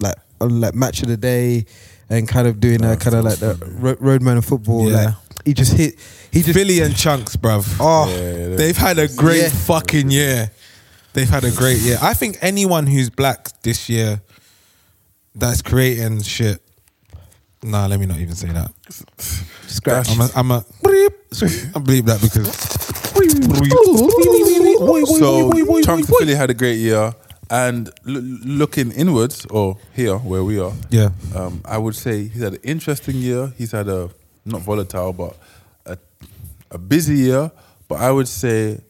S6: like on like match of the day and kind of doing that kind of like the ro- roadman of football.
S5: Yeah.
S6: Like he just hit he just
S5: Philly and Chunks, bruv.
S6: Oh.
S3: Yeah,
S5: they've had a great
S6: Yeah.
S5: fucking year. They've had a great year. I think anyone who's black this year that's creating shit. Nah, let me not even say that.
S6: scratch.
S5: I'm a, I'm a I believe that because
S3: so Chunks and Philly had a great year, and l- looking inwards or here where we are,
S5: Yeah.
S3: um, I would say he's had an interesting year. He's had a not volatile, but a, a busy year, but I would say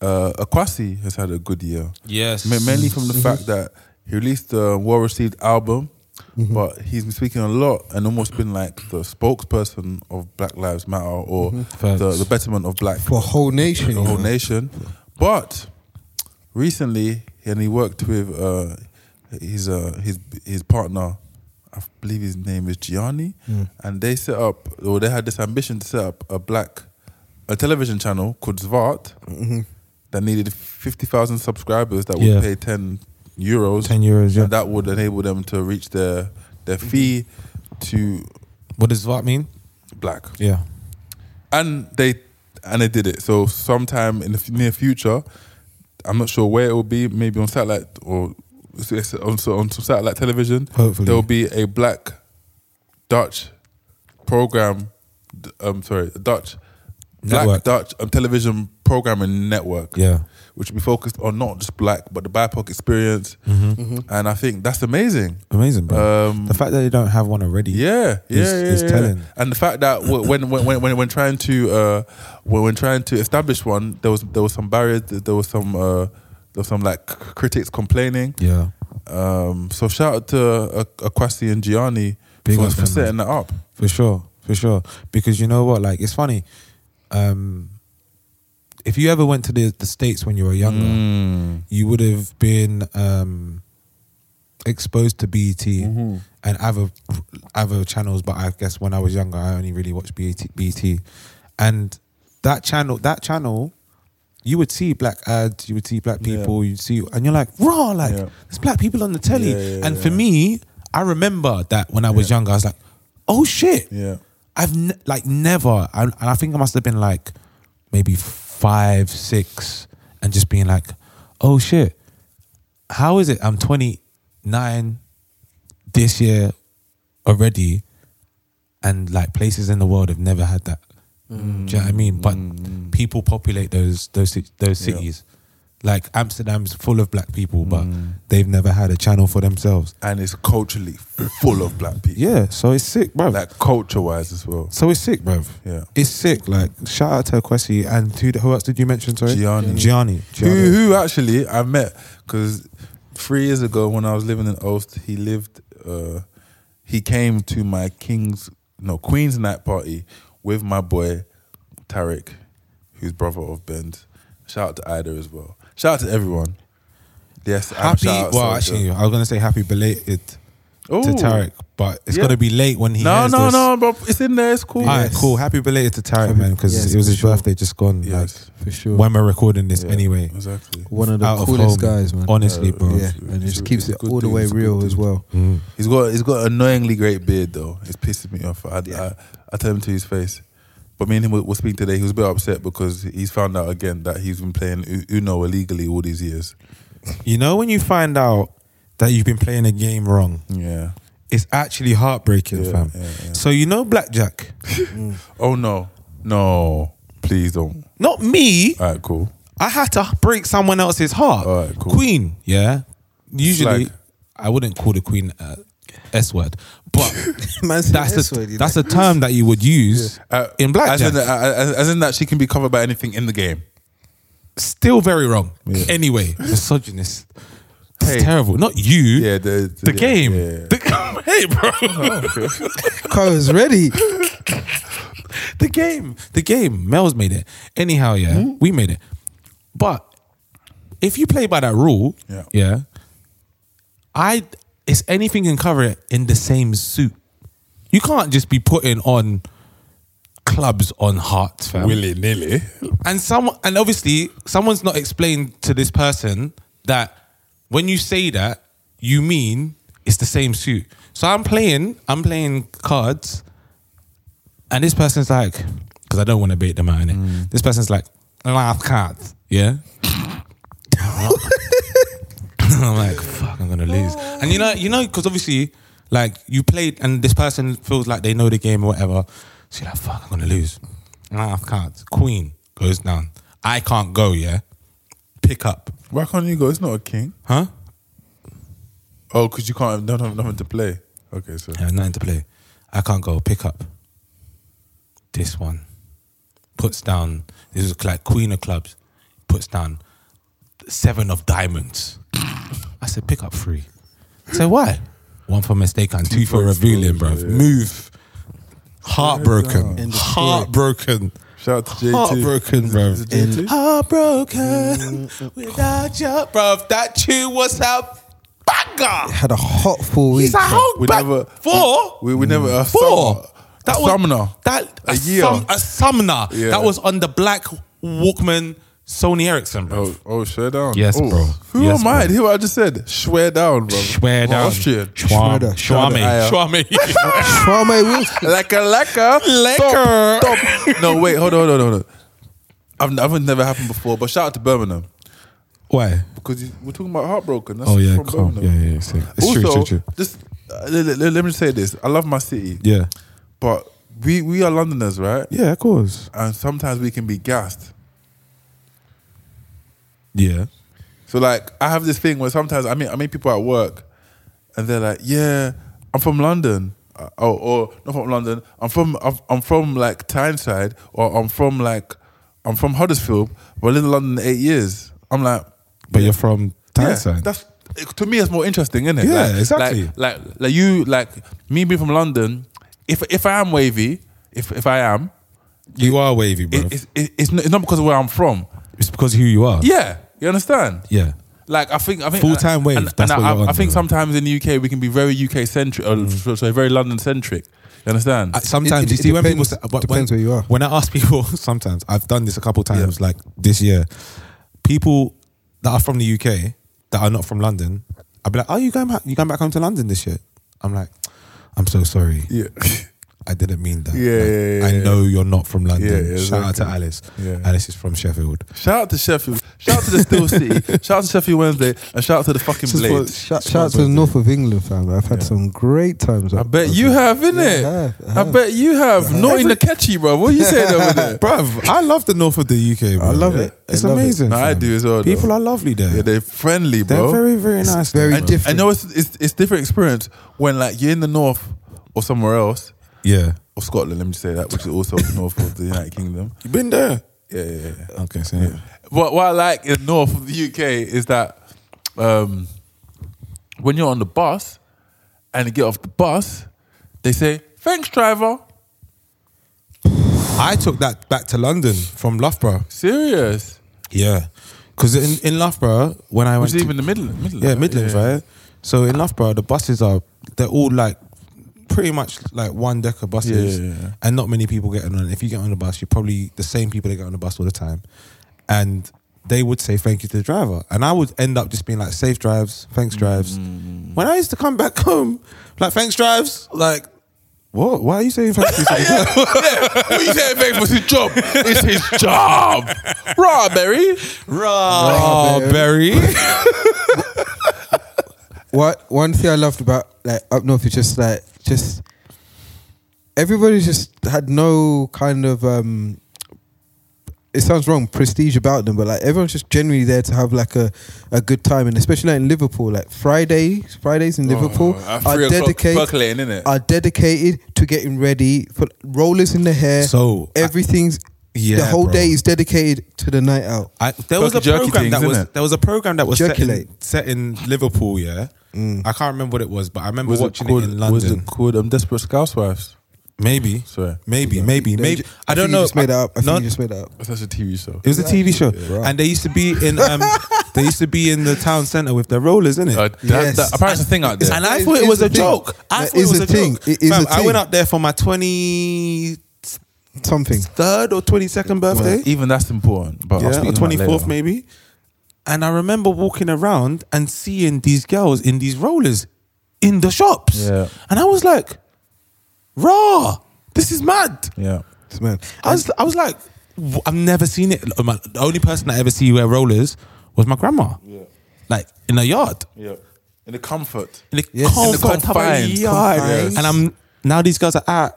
S3: uh, Akwasi has had a good year.
S5: Yes.
S3: Ma- mainly from
S5: Mm-hmm.
S3: the fact that he released a well received album,
S5: Mm-hmm.
S3: but he's been speaking a lot and almost been like the spokesperson of Black Lives Matter or the,
S5: Mm-hmm. Facts.
S3: the betterment of black
S6: for a whole nation.
S3: the
S6: you
S3: whole
S6: know.
S3: nation. But recently, and he worked with uh, his uh, his his partner. I believe his name is Gianni,
S5: Mm.
S3: and they set up, or they had this ambition to set up a black a television channel called Zvart that needed fifty thousand subscribers that would
S5: Mm-hmm. Yeah.
S3: pay ten euros.
S5: 10 euros, yeah. Mm-hmm.
S3: And that would enable them to reach their their fee to
S5: What does that mean?
S3: black
S5: Yeah.
S3: and they and they did it. So sometime in the f- near future, I'm not sure where it will be. Maybe on satellite or it's- it's on so- on some satellite television.
S5: Hopefully.
S3: there will be a black Dutch program. d- Um, sorry, a Dutch black
S5: Network.
S3: Dutch um, television programming network.
S5: Yeah.
S3: which will be focused on not just black but the BIPOC experience.
S5: Mm-hmm.
S3: And I think that's amazing.
S5: Amazing, bro.
S3: Um,
S5: the fact that they don't have one already.
S3: Yeah, yeah,
S5: Is-
S3: yeah,
S5: is
S3: yeah.
S5: telling.
S3: And the fact that w- when when when when, when trying to uh, when, when trying to establish one, there was there was some barriers. There was some uh, there was some like c- critics complaining.
S5: Yeah.
S3: Um, so shout out to uh, Akwasi and Gianni
S5: Big
S3: for,
S5: up
S3: for
S5: them,
S3: setting that up.
S5: For sure, for sure. Because you know what, like it's funny. Um, if you ever went to the, the states when you were younger,
S3: Mm.
S5: you would have been um, exposed to BET
S3: Mm-hmm.
S5: and other other channels. But I guess when I was younger, I only really watched E BET, BET. and that channel that channel. You would see black ads, you would see black people, you'd see, and you're like, raw, like,
S3: Yeah.
S5: there's black people on the telly.
S3: Yeah, yeah,
S5: and
S3: yeah.
S5: for me, I remember that when I was younger, I was like, oh shit.
S3: Yeah.
S5: I've ne- like never, and, and I think I must have been like maybe five, six, and just being like, oh shit, how is it I'm 29 this year already, and like places in the world have never had that. Do you know what I mean? But people populate those those ci- those
S3: Mm. Yeah.
S5: cities. Like Amsterdam's full of black people, but
S3: Mm.
S5: they've never had a channel for themselves.
S3: And it's culturally full of black people.
S5: Yeah, so it's sick, bro.
S3: like culture wise as well.
S5: So it's sick, bruv.
S3: Yeah.
S5: It's sick. Like, shout out to Kwesi and who, who else did you mention? Sorry?
S3: Gianni.
S5: Gianni. Gianni.
S3: Who, who actually I met because three years ago when I was living in Oost, he lived. Uh, he came to my King's no Queen's night party with my boy Tarek, who's brother of Ben's. Shout out to Ida as well. Shout out to everyone. Yes, I'm
S5: Happy.
S3: shout out
S5: Well,
S3: Soldier.
S5: actually, I was going to say happy belated
S3: Ooh.
S5: to Tarek, but it's
S3: Yeah.
S5: going to be late when he
S3: No,
S5: hears
S3: no,
S5: this.
S3: no, bro. It's in there. It's cool.
S5: All right, cool. Happy belated to Tarek, man, because
S6: Yes,
S5: it was
S6: for
S5: his
S6: sure.
S5: birthday just gone.
S3: Yes.
S6: For sure.
S5: Like, when we're recording this anyway.
S3: Exactly.
S6: One of the
S5: Out of
S6: coolest
S5: home.
S6: guys, man.
S5: Honestly, bro.
S6: Yeah, and just keeps it all the way real as well.
S5: Mm.
S3: He's got he's got an annoyingly great beard though. It's pissing me off. I, I, I tell him to his face. But me and him were, were speaking today. He was a bit upset because he's found out again that he's been playing U- Uno illegally all these years.
S5: You know, when you find out that you've been playing a game wrong,
S3: Yeah.
S5: it's actually heartbreaking,
S3: Yeah,
S5: fam.
S3: yeah, yeah.
S5: So, you know, Blackjack,
S3: Oh no, no, please don't.
S5: not me.
S3: All right, cool.
S5: I had to break someone else's heart.
S3: Alright, cool.
S5: Queen, yeah. Usually,
S3: Slag.
S5: I wouldn't call the queen uh, S word, but
S6: Man said
S5: that's
S6: S word,
S5: the
S6: you
S5: that's a term that you would use
S3: Uh,
S5: in
S3: as
S5: blackjack.
S3: in, as, as in that she can be covered by anything in the game.
S5: Still very wrong. Anyway, misogynist. It's
S3: Hey.
S5: terrible. Not you.
S3: Yeah, the,
S5: The
S3: yeah,
S5: game.
S3: yeah, Oh. yeah.
S5: The- hey, bro.
S6: Car is ready.
S5: the game. The game. Mel's made it. Anyhow, yeah, we made it. But if you play by that rule,
S3: Yeah.
S5: I it's anything can cover it in the same suit. You can't just be putting on clubs on hearts, fam.
S3: Willy nilly.
S5: And some and obviously someone's not explained to this person that when you say that, you mean it's the same suit. So I'm playing, I'm playing cards, and this person's like, because I don't want to bait them out in it. This person's like, last card, yeah. I'm like, fuck, I'm gonna lose. And you know, you know, because obviously, like you played, and this person feels like they know the game or whatever. So you're like, fuck, I'm gonna lose. Nah, I can't. Queen goes down. I can't go. Yeah, pick up,
S3: Why can't you go? It's not a king.
S5: huh?
S3: Oh, because you can't. Don't have nothing to play. Okay, so
S5: Yeah, nothing to play. I can't go. Pick up. This one. puts down. This is like Queen of Clubs. Puts down seven of diamonds. I said, pick up three. So why? One for mistake and two, for revealing, bro. Move. Heartbroken. Heartbroken.
S3: Shout out to JT.
S5: Heartbroken, bro.
S3: Is it JT?
S5: Heartbroken without you, bro. That tune was a banger.
S6: Had a hot four
S5: It's
S6: weeks.
S5: a whole
S3: We
S5: bag.
S3: never-
S5: four.
S3: We, we never a
S5: Four.
S3: four. That a Sumner.
S5: That a,
S3: A year.
S5: Sum, a Sumner.
S3: Yeah.
S5: That was on the black Walkman Sony Ericsson, bro.
S3: Oh, oh, swear down.
S5: Yes,
S3: oh.
S5: bro.
S3: Who
S5: Yes,
S3: am I?
S5: bro.
S3: Hear what I just said? Swear down, bro.
S5: Swear
S3: I'm
S5: down.
S3: Austrian.
S5: Schwam-
S3: Schwader.
S5: Schwame. Schwame.
S6: Trauma weeks.
S3: Like a lecker.
S5: Lecker.
S3: Stop. Stop. No, wait. Hold on. Hold on. Hold on. I've, I've never happened before, but shout out to Birmingham
S5: Why?
S3: because you, we're talking about heartbroken. That's
S5: Oh yeah,
S3: from
S5: cool. Yeah,
S3: Birmingham.
S5: yeah, yeah. sick. It's
S3: also,
S5: true, true, true.
S3: just uh, let, let- let me say this: I love my city,
S5: Yeah.
S3: but we we are Londoners, right?
S5: Yeah, of course.
S3: And sometimes we can be gassed.
S5: Yeah.
S3: So like I have this thing where sometimes I meet I meet people at work, and they're like, "Yeah, I'm from London." Uh, Oh, or not from London. I'm from I'm, I'm from like Tyneside, or I'm from like I'm from Huddersfield, but I lived in London eight years. I'm like,
S5: But you're from
S3: yeah,
S5: Tyneside.
S3: that's to me, it's more interesting, isn't it?
S5: Yeah,
S3: like,
S5: exactly.
S3: Like, like like you like me being from London. If if I am wavy, if if I am,
S5: you are wavy, bro.
S3: it, it's it, it's not- it's not because of where I'm from.
S5: it's because of who you are.
S3: Yeah, you understand?
S5: Yeah.
S3: Like I think I think
S5: Full-time wave,
S3: And,
S5: that's
S3: and
S5: what
S3: I,
S5: you're
S3: I
S5: on,
S3: think
S5: bro.
S3: sometimes in the UK we can be very UK centric, or so- so very London centric. You understand?
S5: I- Uh, sometimes
S6: It-
S5: you
S6: it- it
S5: see when people
S6: depends-
S5: say, but
S6: depends
S5: when,
S6: where you are.
S5: When I ask people, sometimes I've done this a couple times, like this year, people that are from the UK that are not from London, I'll be like, "Are you going back? You going back home to London this year?" I'm like, "I'm so sorry,
S3: yeah,
S5: I didn't mean that.
S3: Yeah,
S5: Like,
S3: yeah, yeah,
S5: I
S3: yeah.
S5: know you're not from London.
S3: Yeah, yeah,
S5: Shout out to
S3: exactly.
S5: Alice.
S3: Yeah.
S5: Alice is from Sheffield.
S3: shout out to Sheffield, shout out to the Steel City, shout out to Sheffield Wednesday, and shout out to the fucking
S6: Just
S3: Blade.
S6: for- Shout shout out to the north of England, fam. I've had some great times.
S3: I bet you have, innit?
S6: Yeah, I have,
S3: I, bet you have. Not in the catchy, bro. What are you saying over there?
S5: Bruv, I love the north of the UK. Bro.
S6: I love it.
S5: It's
S6: I love it.
S5: amazing.
S3: No, I
S5: fam.
S3: do as well, though.
S5: People are lovely there.
S3: Yeah, they're friendly,
S5: They're
S3: bro.
S5: very, very nice.
S6: very
S5: there,
S3: I-
S5: bro.
S6: different.
S3: I know it's, it's it's different experience when like you're in the north or somewhere else
S5: Yeah.
S3: or Scotland. Let me just say that, which is also the north of the United Kingdom.
S5: You've been there.
S3: Yeah, yeah, yeah.
S5: Okay, so
S3: What what I like in the north of the UK is that um, when you're on the bus and you get off the bus, they say thanks, driver.
S5: I took that back to London from Loughborough.
S3: Serious,
S5: Yeah, because in, in Loughborough when I went,
S3: which is
S5: to-
S3: even the middle, Midlands.
S5: yeah Midlands, right? So in Loughborough, the buses are they're all like pretty much like one decker buses,
S3: Yeah, yeah, yeah.
S5: and not many people getting on. If you get on the bus, you're probably the same people that get on the bus all the time, and they would say thank you to the driver, and I would end up just being like safe drives, thanks drives. When I used to come back home, like thanks drives, like. What? Why are you saying thank you? to the driver?"
S3: What you saying, babe? It's his job. It's his job. Raw, Berry.
S5: Raw berry.
S6: What one thing I loved about like up north is just like just everybody just had no kind of um it sounds wrong prestige about them, but like everyone's just generally there to have like a, a good time, and especially like in Liverpool, like Friday Fridays in Liverpool
S3: Oh, at
S6: are
S3: three o'clock,
S6: dedicated
S3: percolating, innit?
S6: are dedicated to getting ready for rollers in the hair.
S5: So, I-
S6: everything's the
S5: Yeah,
S6: whole
S5: bro.
S6: day is dedicated to the night out.
S5: I, there was a
S3: Jerky
S5: program
S3: things,
S5: that was
S3: innit?
S5: there was a program that was set in,
S6: Jerculate.
S5: set in Liverpool. Yeah,
S6: Mm.
S5: I can't remember what it was, but I remember watching it, in London.
S3: Was it called um, Desperate Housewives?
S5: Maybe,
S3: Sorry.
S5: maybe, maybe,
S6: They
S5: maybe.
S6: ju-
S5: I don't
S6: think
S5: know.
S6: You just made
S5: I-
S6: it up. I
S5: no,
S6: think you just made it up.
S3: That's a TV show.
S5: it was a TV show,
S6: Right.
S5: and they used to be in um, they used to be in the town center with their rollers, innit?
S3: Uh,
S5: it?
S3: that, that, apparently, it's a thing out there.
S5: And I
S6: It
S5: thought
S6: is
S5: it was
S6: a
S5: a
S6: thing.
S5: joke. I
S6: That
S5: thought it
S6: is
S5: was
S6: a
S5: a
S6: thing.
S5: joke.
S6: It is
S5: Fam,
S6: a
S5: I
S6: thing.
S5: went up there for my twenty
S6: Something.
S5: third or twenty second birthday.
S3: even that's important. But I'll
S5: yeah,
S3: speak
S5: or
S3: on that
S5: twenty fourth
S3: later.
S5: maybe. And I remember walking around and seeing these girls in these rollers in the shops,
S3: Yeah.
S5: and I was like, "Raw, this is mad."
S3: Yeah.
S6: It's mad.
S5: I was, I was like, w- "I've never seen it." My- The only person I ever see wear rollers was my grandma, yeah. like in a yard,
S3: Yeah. In the comfort.
S5: in the
S6: Yes.
S5: comfort
S6: In the
S5: of a
S3: confines,
S5: yard.
S6: confines.
S5: And I'm now these girls are out.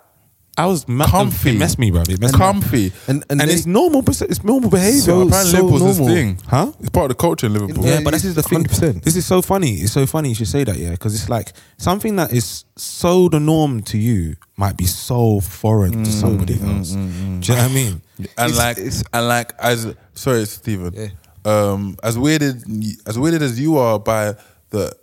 S5: I was mad.
S3: Comfy.
S5: It messed me, bro. It messed me up.
S3: Comfy.
S6: And and,
S5: And,
S6: they-
S5: it's normal. It's normal behavior.
S6: So-
S3: Apparently,
S6: so
S3: Liverpool's this
S6: normal.
S3: thing.
S5: Huh?
S3: It's part of the culture in Liverpool.
S5: Yeah,
S6: Yeah,
S5: but this
S6: you-
S5: is the thing.
S6: 100%.
S5: This is so funny. It's so funny you should say that, yeah, because it's like something that is Mm, so the norm to you might be so foreign to somebody else. Do you know what I mean?
S3: and
S6: It's-
S3: like
S6: it's-
S3: and like as sorry Stephen,
S6: Yeah.
S3: um, as weirded as weirded as you are by the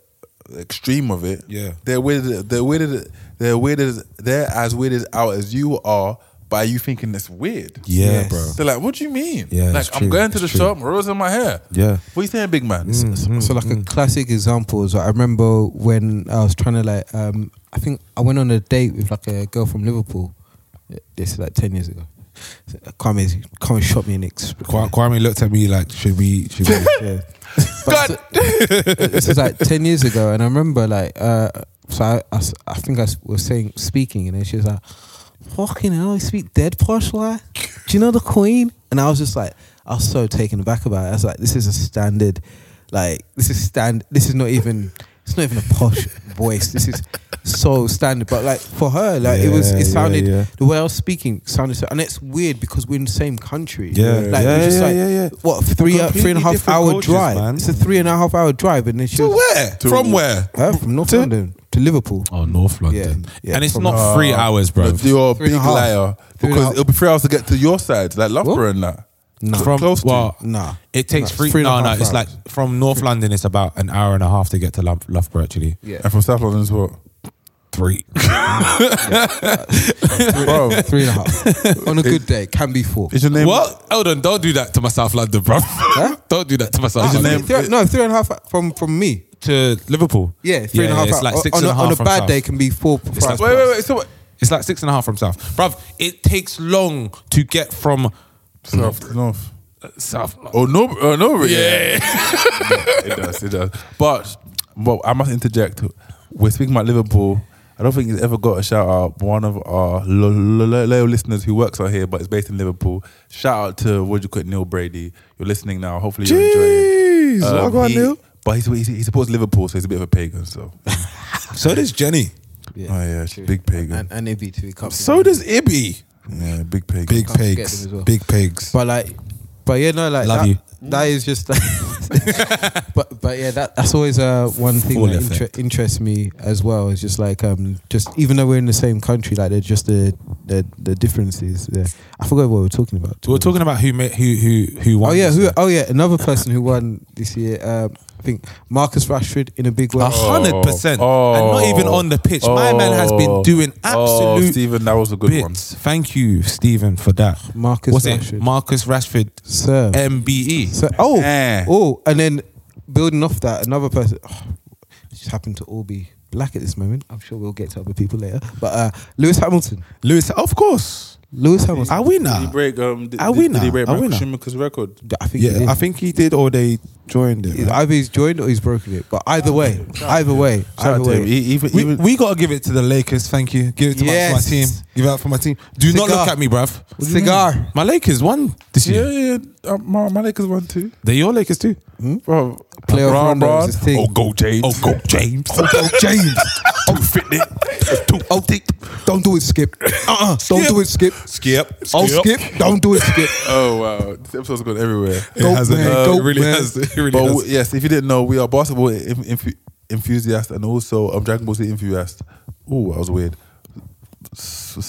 S3: extreme of it,
S5: Yeah.
S3: they're weirded they're weirded they're weirded they're as weirded out as you are by you thinking it's weird.
S5: Yeah,
S6: Yes.
S5: bro.
S3: They're like, what do you mean?
S5: Yeah,
S3: like
S5: it's
S3: I'm
S5: true,
S3: going to
S5: it's
S3: the
S5: true.
S3: shop, rose in my hair.
S5: Yeah. Mm.
S3: what you saying, big man?
S6: so like a classic example is like, I remember when I was trying to like um I think I went on a date with like a girl from Liverpool. eh, This is like ten years ago. So, Kwame, Kwame shot me in X.
S5: Kwa- Kwame looked at me like, should we? Should we?
S6: Yeah. But so- this is like ten years ago, and I remember like uh, so I, I s- I think I s- was saying speaking, and then she was like, "Fucking hell, you speak dead posh, like? Do you know the Queen?" And I was just like, I was so taken aback about it. I was like, "This is a standard, like this is stand. This is not even." It's not even a posh voice. This is so standard, but like for her, like it was.
S5: Yeah,
S6: It
S5: yeah,
S6: sounded
S5: yeah.
S6: the way I was speaking sounded, so, and it's weird because we're in the same country.
S5: Yeah,
S6: like
S5: yeah,
S6: we're just
S5: yeah,
S6: like
S5: yeah, yeah.
S6: what three uh, three and
S5: Completely
S6: a half
S5: different
S6: hour
S5: cultures,
S6: drive.
S5: man.
S6: It's a three and a half hour drive, and then she
S5: to
S6: was,
S5: where? From where?
S6: Huh? from North
S5: To-
S6: London to Liverpool.
S5: Oh, North London.
S6: Yeah, yeah,
S5: and it's
S6: from-
S5: not three hours, bro.
S3: But You're a
S6: Three
S3: big
S6: and a half.
S3: liar
S6: Three and a
S3: because
S6: half.
S3: it'll be three hours to get to your side, like
S6: What?
S3: Loughborough and that.
S6: No.
S3: Cl-
S5: from
S3: close to.
S5: well,
S6: Nah.
S5: it takes
S6: Nah,
S5: three.
S6: three and a
S5: no, no,
S6: half
S5: it's like
S6: hours.
S5: from North London, it's about an hour and a half to get to Luf- Loughborough. Actually,
S6: Yeah,
S3: and from South London as well.
S5: three.
S3: Bro,
S6: three and a half on a good day can be four.
S3: is your name
S5: what? Hold on! Don't do that to my South London, bro. don't do that to my South
S3: your
S5: London.
S3: name-
S6: Three- no, three and a half from from me.
S5: to Liverpool.
S6: Yeah, three and a half.
S5: It's like
S6: hours.
S5: six
S6: on,
S5: and a
S6: a,
S5: half
S6: on a
S5: from
S6: bad
S5: south.
S6: day can be four. four
S5: It's like-
S6: hours.
S3: Wait, wait, wait. So what?
S5: It's like six and a half from South, bruv. It takes long to get from
S3: South, north.
S5: South.
S3: Oh no, oh no, yeah. it does, it does. But, but I must interject. We're speaking about Liverpool. I don't think he's ever got a shout out. but One of our lo- lo- lo- loyal listeners who works out here, but is based in Liverpool. Shout out to what do you quit Neil Brady. You're listening now. Hopefully you're enjoying.
S5: Jeez, well
S3: Um,
S5: gone,
S3: he-
S5: Neil.
S3: But he's, he's, he supports Liverpool, so he's a bit of a pagan. So, oh
S5: So does Jenny. Oh,
S3: yeah, she's big pagan.
S6: and and Ibby to be covered.
S5: So does Ibby.
S3: yeah, big pagan.
S5: Big
S6: Can't forget
S5: pigs.
S6: them as well.
S5: Big pigs.
S6: But like, but yeah, no, like
S5: Love
S6: that,
S5: you.
S6: That is just. but but yeah, that that's always uh, one thing
S5: Full
S6: that inter-
S5: effect.
S6: interests me as well. Is just like um, just even though we're in the same country, like they're just the the, the differences. Yeah. I forgot what we were talking about.
S5: we were talking about who made, who who who won.
S6: Oh yeah,
S5: this
S6: who?
S5: year.
S6: Oh yeah, another person who won this year. Um, I think Marcus Rashford in a big way.
S5: A hundred percent, and not even on the pitch. My man has been doing absolute
S3: Oh, Stephen, that was a good one.
S5: bits. Thank you, Stephen, for that.
S6: Marcus
S5: was
S6: Rashford.
S5: it Marcus Rashford, E.
S6: Sir.
S5: MBE?
S6: So oh
S3: Eh.
S6: oh, and then building off that, another person. Oh, it just happened to all be black at this moment. I'm sure we'll get to other people later. But uh, Lewis Hamilton,
S5: Lewis, of course,
S6: Lewis Hamilton.
S5: a
S3: Did he
S5: winner.
S3: break? Um, did,
S5: A
S3: did-
S5: winner,
S3: Did he break
S5: a
S3: Michael
S5: winner.
S3: Schumacher's record?
S6: I think he
S5: Yeah,
S6: did.
S5: I think he did, or they joined it. right?
S6: either he's joined or he's broken it. But either way, either way,
S3: Shout
S6: either
S3: out to him.
S6: way.
S3: He, even,
S5: We,
S3: even,
S5: we gotta give it to the Lakers. Thank you. Give it to my- to my,
S6: Yes.
S5: team. Give it up for my team. Do
S6: Cigar.
S5: not look at me, bruv.
S6: What do you mean? Cigar.
S5: My Lakers won this
S3: yeah,
S5: year.
S3: yeah. yeah. Uh, my, my Lakers won too.
S5: They're your Lakers too.
S3: Bro, Bron,
S6: Playoff round
S3: Bron.
S6: is his thing.
S3: Oh, go James.
S5: Oh, go James. oh, go James.
S3: Too fitness. Too
S6: Oh, dick. Don't do it, Skip. Uh-uh. Don't do it, Skip.
S5: Skip.
S6: Oh, Skip. Don't do it, Skip.
S3: Oh wow, this episode's gone everywhere.
S6: Goat
S5: hasn't.
S6: man,
S5: Uh, it
S6: goat
S5: really
S6: man.
S5: has. It really
S3: but
S5: has.
S3: w- yes, if you didn't know, we are basketball inf- inf- enthusiasts and also um, Dragon Ball Z enthusiasts. Oh, that was weird. S- s-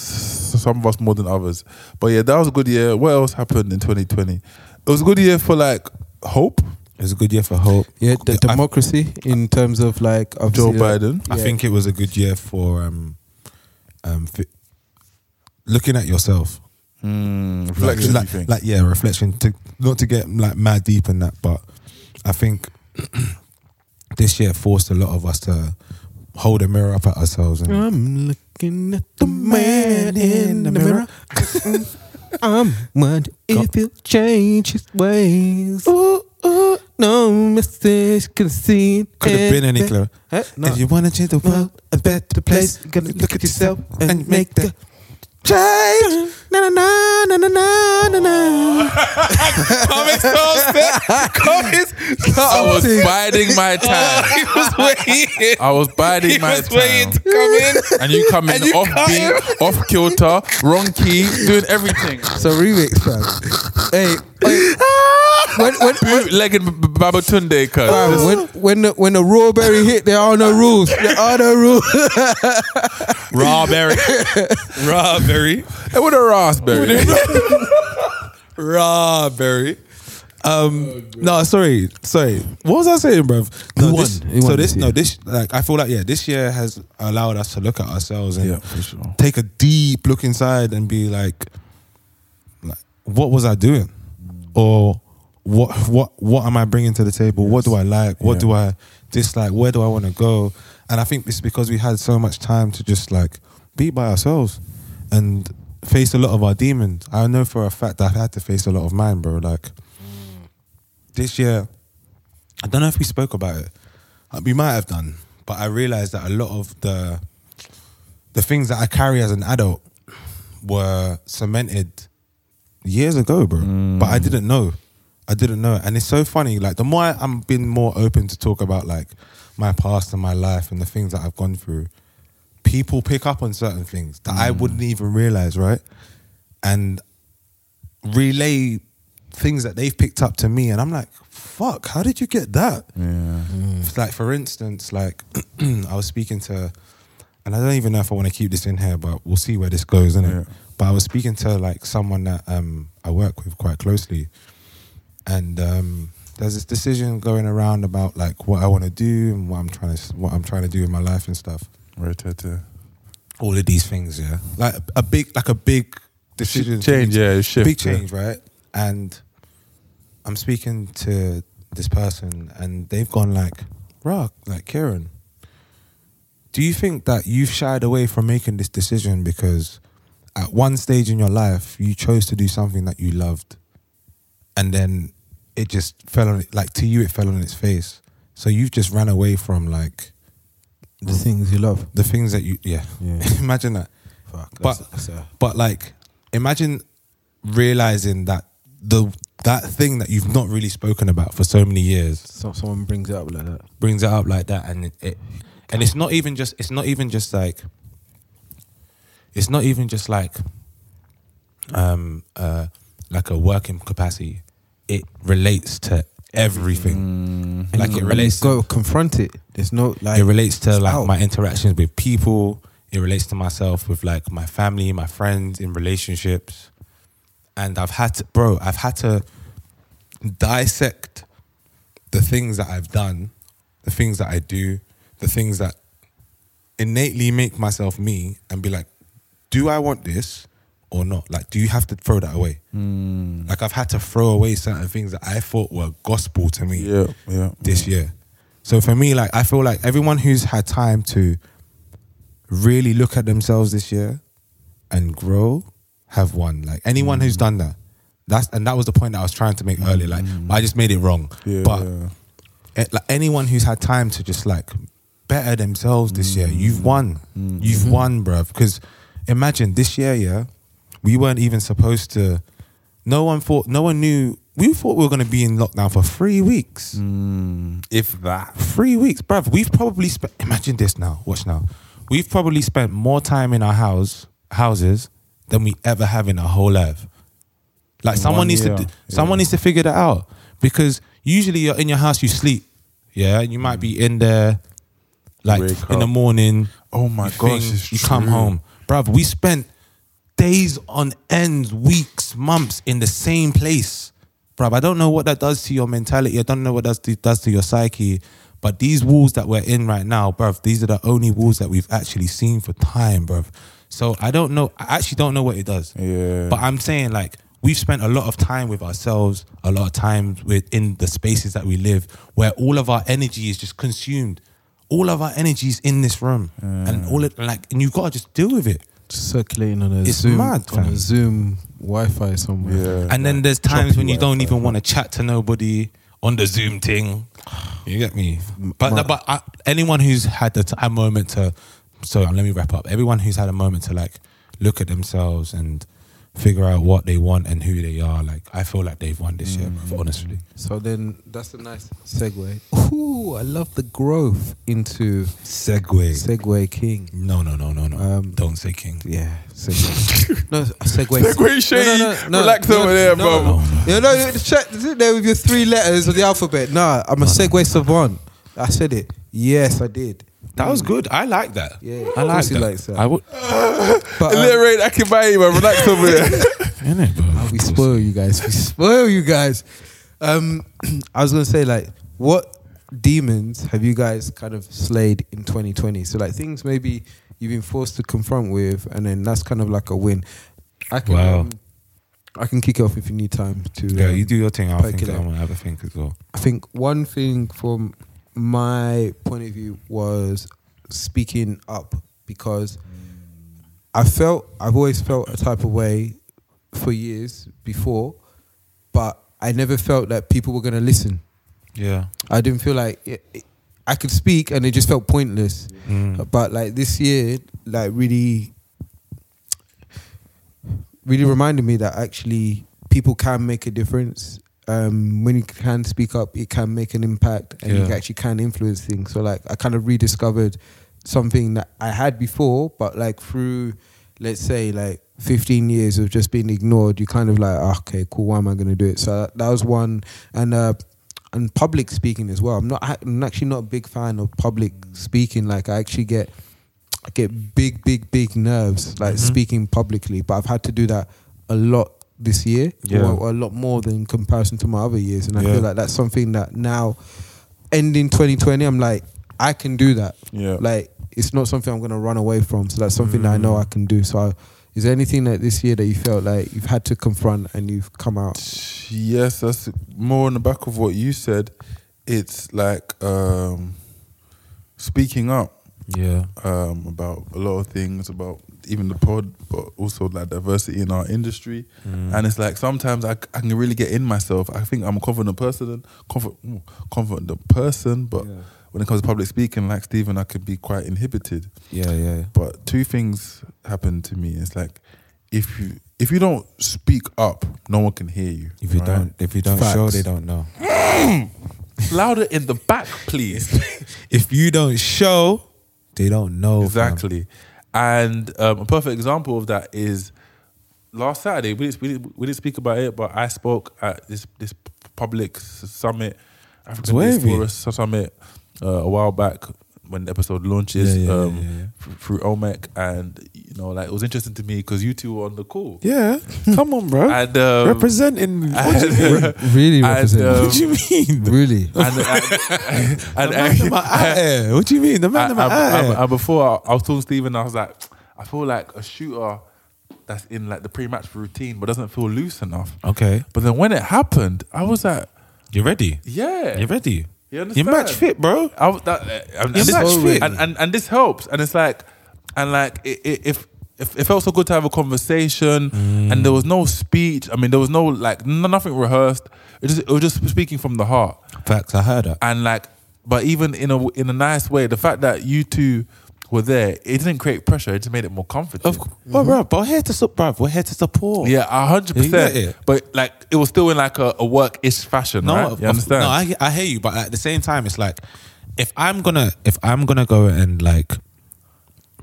S3: Some of us more than others, but yeah, that was a good year. What else happened in 2020? It was a good year for like hope.
S5: It was a good year for hope.
S6: Yeah, the
S5: I,
S6: democracy in terms of like
S3: Joe
S6: obviously, like,
S3: Biden.
S5: I think it was a good year for um, um, fi- looking at yourself.
S3: Reflection,
S5: like,
S3: you think?
S5: like, like, yeah, reflection. To not to get like mad deep in that, but I think this year forced a lot of us to hold a mirror up at ourselves and
S6: I'm looking at the man in the mirror. I'm wondering if he'll change his ways. Ooh, ooh, no message can see.
S5: Could have been any
S6: anything.
S5: clearer.
S6: Eh, no.
S5: If you want to change the world a better place,
S6: Place, gotta
S5: look at yourself and make the change.
S6: Na na na na na na na na.
S5: Comments, comments.
S3: I was biding my time.
S5: He was waiting.
S3: I was biding
S5: He
S3: my
S5: was
S3: time.
S5: waiting to come in.
S3: and you come in
S5: And you
S3: off
S5: cut
S3: beat,
S5: him.
S3: off kilter, wrong key, doing everything.
S6: So remix, fam. hey, hey, when when Oh. when,
S3: Bootlegging B- B- Babatunde, cuz.
S6: fam, when when the, when the raw berry hit, there are no rules. There are no rules.
S5: Raw berry. Raw berry.
S3: And with a raspberry.
S5: raw berry. Um, no, sorry, sorry. What was I saying, bruv? No,
S6: Who won?
S5: this-
S6: Who won
S5: so
S6: this
S5: this, no,
S6: year?
S5: this, like, I feel like yeah, this year has allowed us to look at ourselves and
S3: Yeah, for sure.
S5: take a deep look inside and be like, like, what was I doing, or what, what, what am I bringing to the table? What do I like? What
S3: Yeah.
S5: do I dislike? Where do I want to go? And I think it's because we had so much time to just like be by ourselves and face a lot of our demons. I know for a fact that I've had to face a lot of mine, bro. Like this year, I don't know if we spoke about it. Uh, We might have done, but I realized that a lot of the the things that I carry as an adult were cemented years ago, bro. But I didn't know. I didn't know. And it's so funny. Like the more I, I'm being more open to talk about like my past and my life and the things that I've gone through, people pick up on certain things that I wouldn't even realize, right? And relay things that they've picked up to me and I'm like, fuck, how did you get that? It's Like for instance, like I was speaking to and I don't even know if I want to keep this in here, but we'll see where this goes, innit?
S3: Yeah.
S5: But I was speaking to like someone that um I work with quite closely and um there's this decision going around about like what I want to do and what I'm trying to what I'm trying to do in my life and stuff
S3: Right, right, yeah.
S5: all of these things, yeah. Like a big, like a big decision,
S3: Sh- change, yeah, shift,
S5: big
S3: yeah.
S5: change, right? And I'm speaking to this person, and they've gone like, "Rock, like Karen, do you think that you've shied away from making this decision because at one stage in your life you chose to do something that you loved, and then it just fell on, like to you, it fell on its face. So you've just ran away from like."
S6: The things you love.
S5: the things that you yeah,
S6: Yeah.
S5: imagine that
S6: Fuck.
S5: but but like imagine realizing that the that thing that you've not really spoken about for so many years
S6: someone brings it up like that.
S5: brings it up like that and it, it and it's not even just it's not even just like it's not even just like um uh like a working capacity it relates to everything like it relates to
S6: Mm. Go confront it. There's no like.
S5: it relates to
S6: it's
S5: like
S6: out.
S5: my interactions with people. It relates to myself with like my family, my friends, in relationships. And I've had to, bro, I've had to dissect the things that I've done, the things that I do, the things that innately make myself me and be like, do I want this or not? Like, do you have to throw that away? Like, I've had to throw away certain things that I thought were gospel to me
S3: Yeah, yeah.
S5: this year. So for me, like I feel like everyone who's had time to really look at themselves this year and grow have won. Like anyone
S3: Mm.
S5: who's done that, that's and that was the point that I was trying to make earlier. Like I just made it wrong,
S3: Mm. Yeah,
S5: but
S3: yeah.
S5: eh, like anyone who's had time to just like better themselves this
S3: Mm.
S5: year, you've won. You've
S3: Mm-hmm.
S5: won, bruv. Because imagine this year, yeah, we weren't even supposed to. No one thought. No one knew. We thought we were going to be in lockdown for three weeks.
S3: If that.
S5: Three weeks, bruv. We've probably spent. Imagine this now. Watch now. We've probably spent more time in our house houses than we ever have in our whole life. Like someone
S3: one
S5: needs
S3: year,
S5: to
S3: yeah.
S5: someone needs to figure that out because usually you're in your house, you sleep. Yeah, you might be in there like
S3: Wake
S5: in the
S3: up.
S5: morning.
S3: Oh my
S5: you
S3: gosh, it's
S5: you come
S3: true.
S5: home, bruv. We spent days on end, weeks, months in the same place, bruv. I don't know what that does to your mentality. I don't know what that does to your psyche. But these walls that we're in right now, bruv, these are the only walls that we've actually seen for time, bruv. So I don't know. I actually don't know what it does.
S3: Yeah.
S5: But I'm saying like we've spent a lot of time with ourselves, a lot of time within the spaces that we live, where all of our energy is just consumed. All of our energy is in this room, and all it like, and you've got to just deal with it.
S6: circulating on a
S5: It's
S6: Zoom
S5: mad,
S6: on
S5: fam.
S6: a Zoom Wi-Fi somewhere.
S3: Yeah.
S5: And then there's times when you don't even want to chat to nobody on the Zoom thing. You get me? But but I, anyone who's had the t- a moment to, so um, let me wrap up. Everyone who's had a moment to like look at themselves and figure out what they want and who they are. Like I feel like they've won this year, bruv, honestly.
S6: So then that's a nice segue. Ooh, I love the growth into
S5: Segway.
S6: Segway King.
S5: no no no no no.
S6: Um,
S5: don't say king.
S6: Yeah, Segway. no, Segway.
S3: Segway Shane. Relax over there,
S6: no,
S3: bro.
S6: No, no, no. you check sit there with your three letters of the alphabet. Nah, I'm a Segway savant. I said it. Yes, I did.
S5: That was good. I like that.
S6: mm. Yeah,
S5: I like
S6: obviously
S5: that.
S6: likes that.
S5: I would.
S6: But um,
S3: Alliterate Akibayi, bro. Relax over there.
S5: Innit, bro?
S6: Oh, we spoil you guys. We spoil you guys. Um, I was gonna say like, what demons have you guys kind of slayed in 2020? So like things maybe you've been forced to confront with, and then that's kind of like a win. I can,
S5: Wow.
S6: um, I can kick it off if you need time to.
S5: Yeah,
S6: um,
S5: you do your thing. I think
S6: Percolate.
S5: I'm gonna have a think as well.
S6: I think one thing from my point of view was speaking up because I felt I've always felt a type of way for years before, but I never felt that people were going to listen.
S5: Yeah.
S6: I didn't feel like it, it- I could speak, and it just felt pointless.
S5: Mm.
S6: But like this year, like really, really reminded me that actually people can make a difference. Um, when you can speak up, it can make an impact, and
S5: Yeah.
S6: you actually can influence things. So like, I kind of rediscovered something that I had before, but like through, let's say like. 15 years of just being ignored you kind of like "Ah, okay cool why am i going to do it so that, that was one and uh and public speaking as well. I'm not. I'm actually not a big fan of public speaking. Like I actually get, I get big, big, big nerves like
S5: Mm-hmm.
S6: speaking publicly. But I've had to do that a lot this year,
S5: Yeah.
S6: or, or a lot more than in comparison to my other years. And I
S5: Yeah.
S6: feel like that's something that now, ending 2020, I'm like, I can do that.
S3: Yeah.
S6: Like it's not something I'm gonna run away from. So that's something that I
S5: Mm.
S6: know I can do. So. I, is there anything that this year that you felt like you've had to confront and you've come out?
S3: Yes, that's more on the back of what you said. It's like um, speaking up
S5: Yeah.
S3: um, about a lot of things, about even the pod, but also like diversity in our industry.
S5: Mm.
S3: And it's like sometimes I, c- I can really get in myself. I think I'm a confident person, confident, confident person, but when it comes to public speaking, like Stephen, I could be quite inhibited.
S5: Yeah. Yeah.
S3: But two things happened to me. It's like if you if you don't speak up, no one can hear you.
S5: If you
S3: right?
S5: don't, if you don't show,
S3: Facts.
S5: they don't know.
S3: louder in the back,
S5: Oh,
S3: please.
S5: if you don't show, they don't know. fam.
S3: exactly. And um, a perfect example of that is last Saturday. We didn't, we, didn't, we didn't speak about it, but I spoke at this this public s- summit, African
S5: wavy.
S3: Diaspora Summit, uh, a while back when the episode launches
S5: Yeah, yeah,
S3: um,
S5: yeah, yeah,
S3: f- through Omec, and you know, like it was interesting to me because you two were on the call.
S5: Yeah. Come on, bro.
S3: And, um,
S5: Representing. What do you mean?
S3: And,
S6: Really
S3: And,
S6: represent.
S3: um,
S5: What do you mean?
S6: really.
S3: and, and, and,
S5: Am I out here? What do you mean? The man, am
S3: And,
S5: I,
S3: and-
S5: out
S3: and-
S5: here?
S3: and before I, I was talking to Steven, I was like, I feel like a shooter that's in like the pre-match routine, but doesn't feel loose enough.
S5: Okay.
S3: But then when it happened, I was like,
S5: You ready?
S3: yeah,
S5: You ready?
S3: You
S5: You're
S3: understand?
S5: match fit, bro.
S3: I was that, and, and,
S5: You're
S3: this,
S5: match fit.
S3: and, and and this helps, and it's like, and like it, it, if. If, it felt so good to have a conversation, and there was no speech. I mean, there was no like n- nothing rehearsed. It, just, it was just speaking from the heart
S5: Facts, I heard that.
S3: and like but even in a in a nice way the fact that you two were there it didn't create pressure it just made it more comfortable
S5: Of course, bro, but we're here to support. Bro, we're here to support.
S3: yeah a hundred
S5: You get it?
S3: percent but like it was still in like a, a work-ish fashion
S5: No,
S3: right
S5: of-
S3: you
S5: of-
S3: understand
S5: No, I, I hear you, but at the same time, it's like if I'm gonna if I'm gonna go and like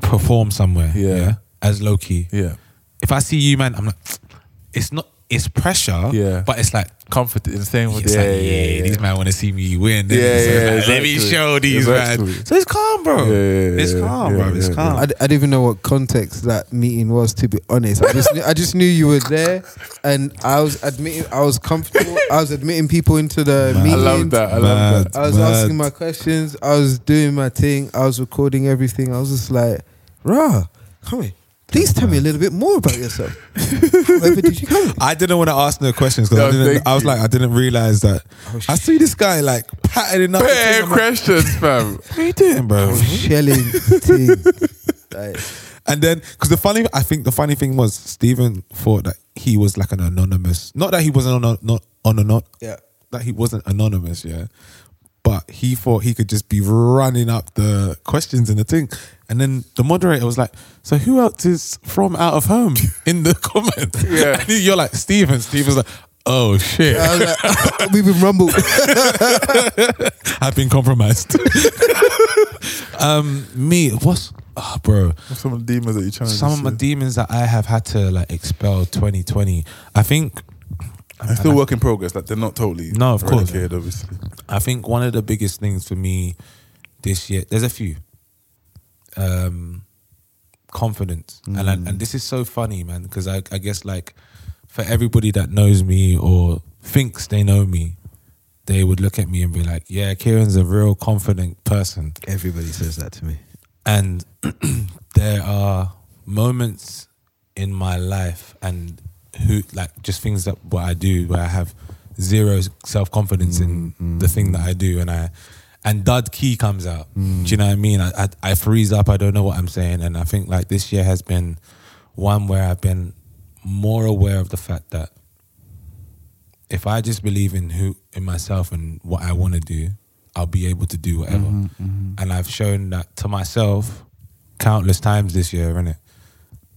S5: perform somewhere,
S3: Yeah.
S5: as Loki,
S3: Yeah.
S5: If I see you, man, I'm like, it's not, it's pressure,
S3: Yeah.
S5: but it's like.
S3: comforted in the same way
S5: It's
S3: yeah,
S5: like, yeah,
S3: yeah, yeah,
S5: these man want to see me win.
S3: Yeah,
S5: It's
S3: yeah,
S5: like, Let me
S3: exactly.
S5: show these, man.
S3: Exactly.
S5: So it's calm, bro.
S3: Yeah, yeah, yeah,
S5: it's calm,
S3: yeah,
S5: bro. It's
S3: yeah,
S5: calm.
S6: I, d- I didn't even know what context that meeting was. To be honest, I just knew, I just knew you were there, and I was admitting I was comfortable. I was admitting people into the
S3: i
S6: meeting.
S3: love that i love
S5: Mad.
S3: that
S6: I was
S5: Mad.
S6: asking my questions. I was doing my thing. I was recording everything. I was just like, "Rah, come here. Please tell me a little bit more about yourself. Wherever did you come?"
S5: I didn't want to ask no questions because
S3: No,
S5: I didn't.
S3: thank
S5: I was
S3: you. Oh,
S5: like, I didn't realize that. I see this guy like patting up. the
S3: Fair
S5: thing. I'm like,
S3: questions fam
S5: What are you doing, bro?
S6: Shelling thing. Like,
S5: And then, because the funny, I think the funny thing was Stephen thought that he was like an anonymous. Not that he wasn't on not on a not.
S6: Yeah.
S5: That he wasn't anonymous. Yeah. But he thought he could just be running up the questions in the thing. And then the moderator was like, So who else is from out of home in the comments?
S3: Yeah.
S5: And you're like, Stephen. Stephen's like, Oh shit.
S6: I was like, "We've been rumbled."
S5: I've been compromised. um, me, what's ah, bro?
S3: some of the demons that you're trying
S5: Some of my demons that I have had to like expel 2020. I think,
S3: it's still work in progress like they're not totally
S5: No, of course.
S3: eradicated, obviously
S5: I think one of the biggest things for me this year. There's a few.
S3: Hmm.
S5: Um, confidence, and I, and this is so funny, man, because I I guess like for everybody that knows me or thinks they know me, they would look at me and be like, "Yeah, Kieran's a real confident person."
S6: Everybody says that to me.
S5: And there are moments in my life and who like just things that what I do where I have zero self confidence in the thing that I do and I and dud key comes out. Do you know what I mean? I, I I freeze up, I don't know what I'm saying and I think like this year has been one where I've been more aware of the fact that if I just believe in who in myself and what I want to do, I'll be able to do whatever. And I've shown that to myself countless times this year, innit?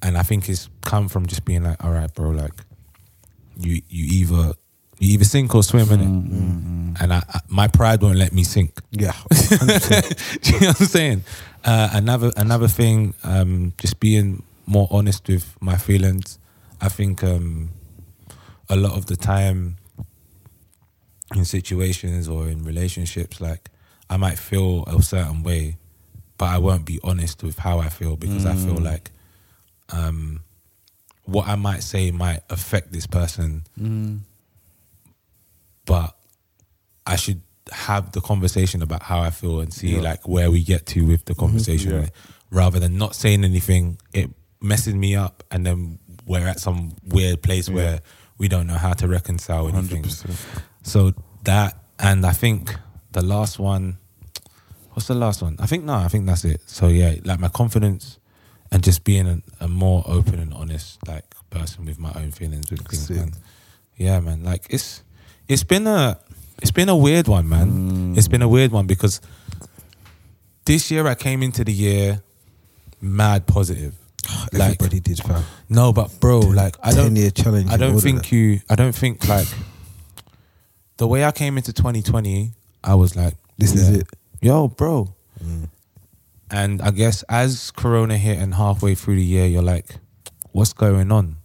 S5: And I think it's come from just being like, all right, bro, like you you either you either sink or swim, innit? And I, I my pride won't let me sink.
S6: Yeah.
S5: Do you know what I'm saying? Uh, another another thing, um, just being more honest with my feelings. I think um, a lot of the time in situations or in relationships, like I might feel a certain way, but I won't be honest with how I feel because I feel like um, what I might say might affect this person, but I should have the conversation about how I feel and see like where we get to with the conversation rather than not saying anything. It messes me up, and then we're at some weird place where we don't know how to reconcile anything. So that, and I think the last one, what's the last one? I think no, I think that's it. So yeah, like my confidence and just being a, a more open and honest like person with my own feelings with things,
S6: Sick.
S5: man. Yeah, man. Like it's it's been a it's been a weird one, man. It's been a weird one because this year I came into the year mad positive. Like
S6: Everybody did, fam.
S5: no, but
S6: oh,
S5: bro, like I don't
S6: 10-year challenge
S5: I
S6: and all
S5: don't
S6: of
S5: think
S6: that.
S5: you. I don't think like the way I came into 2020. I was like,
S6: This is it.
S5: yo, bro. Mm. And I guess as Corona hit and halfway through the year, you're like, what's going on?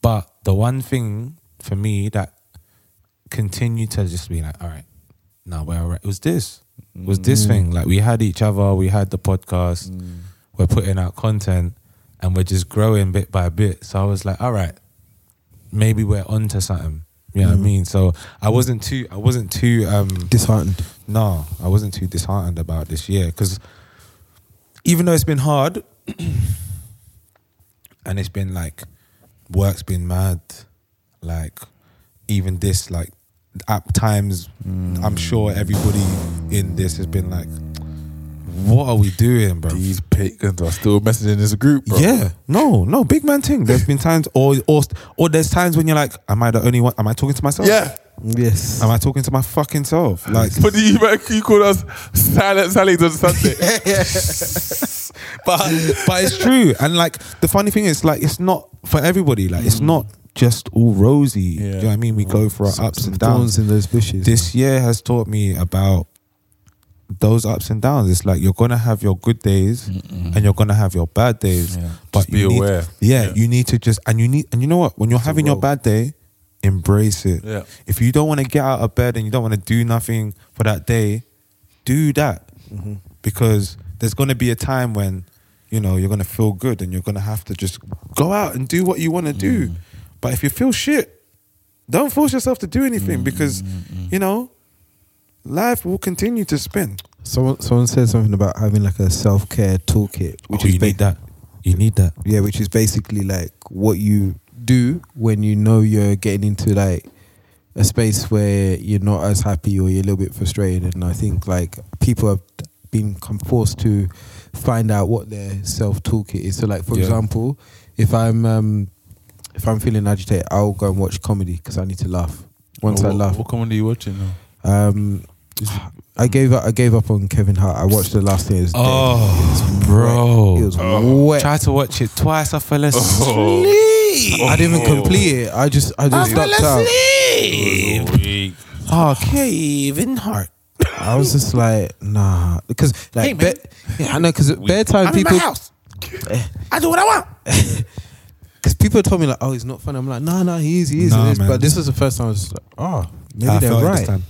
S5: But the one thing for me that continued to just be like, all right, now we're all right. It was this. It was this thing. Like we had each other, we had the podcast, we're putting out content and we're just growing bit by bit. So I was like, all right, maybe we're onto something. You know what I mean? So I wasn't too I wasn't too um
S6: Disheartened.
S5: no, I wasn't too disheartened about this year because even though it's been hard and it's been like work's been mad, like even this, like at times, I'm sure everybody in this has been like, what are we doing, bro?
S3: These pagans are still messaging this group, bro.
S5: Yeah, no, no, big man thing. There's been times, or or or there's times when you're like, am I the only one? Am I talking to myself?
S3: Yeah.
S6: Yes.
S5: Am I talking to my fucking self? Like,
S3: But you, you called us silent Sally's on Sunday.
S5: but but it's true. And like the funny thing is, like it's not for everybody. Like
S3: Mm.
S5: it's not just all rosy. Do you know what I mean? We go through our ups and downs.
S6: Thorns in those bushes.
S5: This year has taught me about those ups and downs. It's like you're gonna have your good days and you're gonna have your bad days. But
S3: Just be
S5: you need-
S3: aware.
S5: yeah,
S3: Yeah.
S5: you need to just and you need and you know what? When you're having your
S6: roll.
S5: bad day, embrace it.
S3: Yeah.
S5: If you don't want to get out of bed and you don't want to do nothing for that day, do that because there's going to be a time when you know you're going to feel good and you're going to have to just go out and do what you want to do. But if you feel shit, don't force yourself to do anything because you know life will continue to spin.
S6: Someone someone said something about having like a self care toolkit, which is ba-
S5: Oh, that. You need that.
S6: yeah, which is basically like what you do when you know you're getting into like a space where you're not as happy or you're a little bit frustrated. And I think like people have been com- forced to find out what their self toolkit is. So like for
S5: Yeah.
S6: example, if I'm um, if I'm feeling agitated, I'll go and watch comedy because I need to laugh. Once I
S5: Oh.
S3: What-
S6: laugh,
S3: What comedy are you watching now?
S6: um, I gave up. I gave up on Kevin Hart. I watched the last thing. It was dead.
S5: Oh,
S6: It
S5: bro.
S6: was wet.
S5: Try to watch it twice. I fell asleep.
S6: I didn't even complete it. I just, Oh. I just ducked out.
S3: Weak.
S5: Oh, Kevin Hart.
S6: I was just like, nah, because like,
S5: Hey, man.
S6: be- yeah, I know, because bedtime
S5: I'm
S6: people,
S5: in my house. I do what I want.
S6: because people told me like, oh, he's not funny. I'm like, nah, nah, he is, he is.
S5: Nah,
S6: he is.
S5: man.
S6: But this was the first time I was just like, oh, maybe
S5: I
S6: they're
S5: felt it this
S6: right.
S5: time.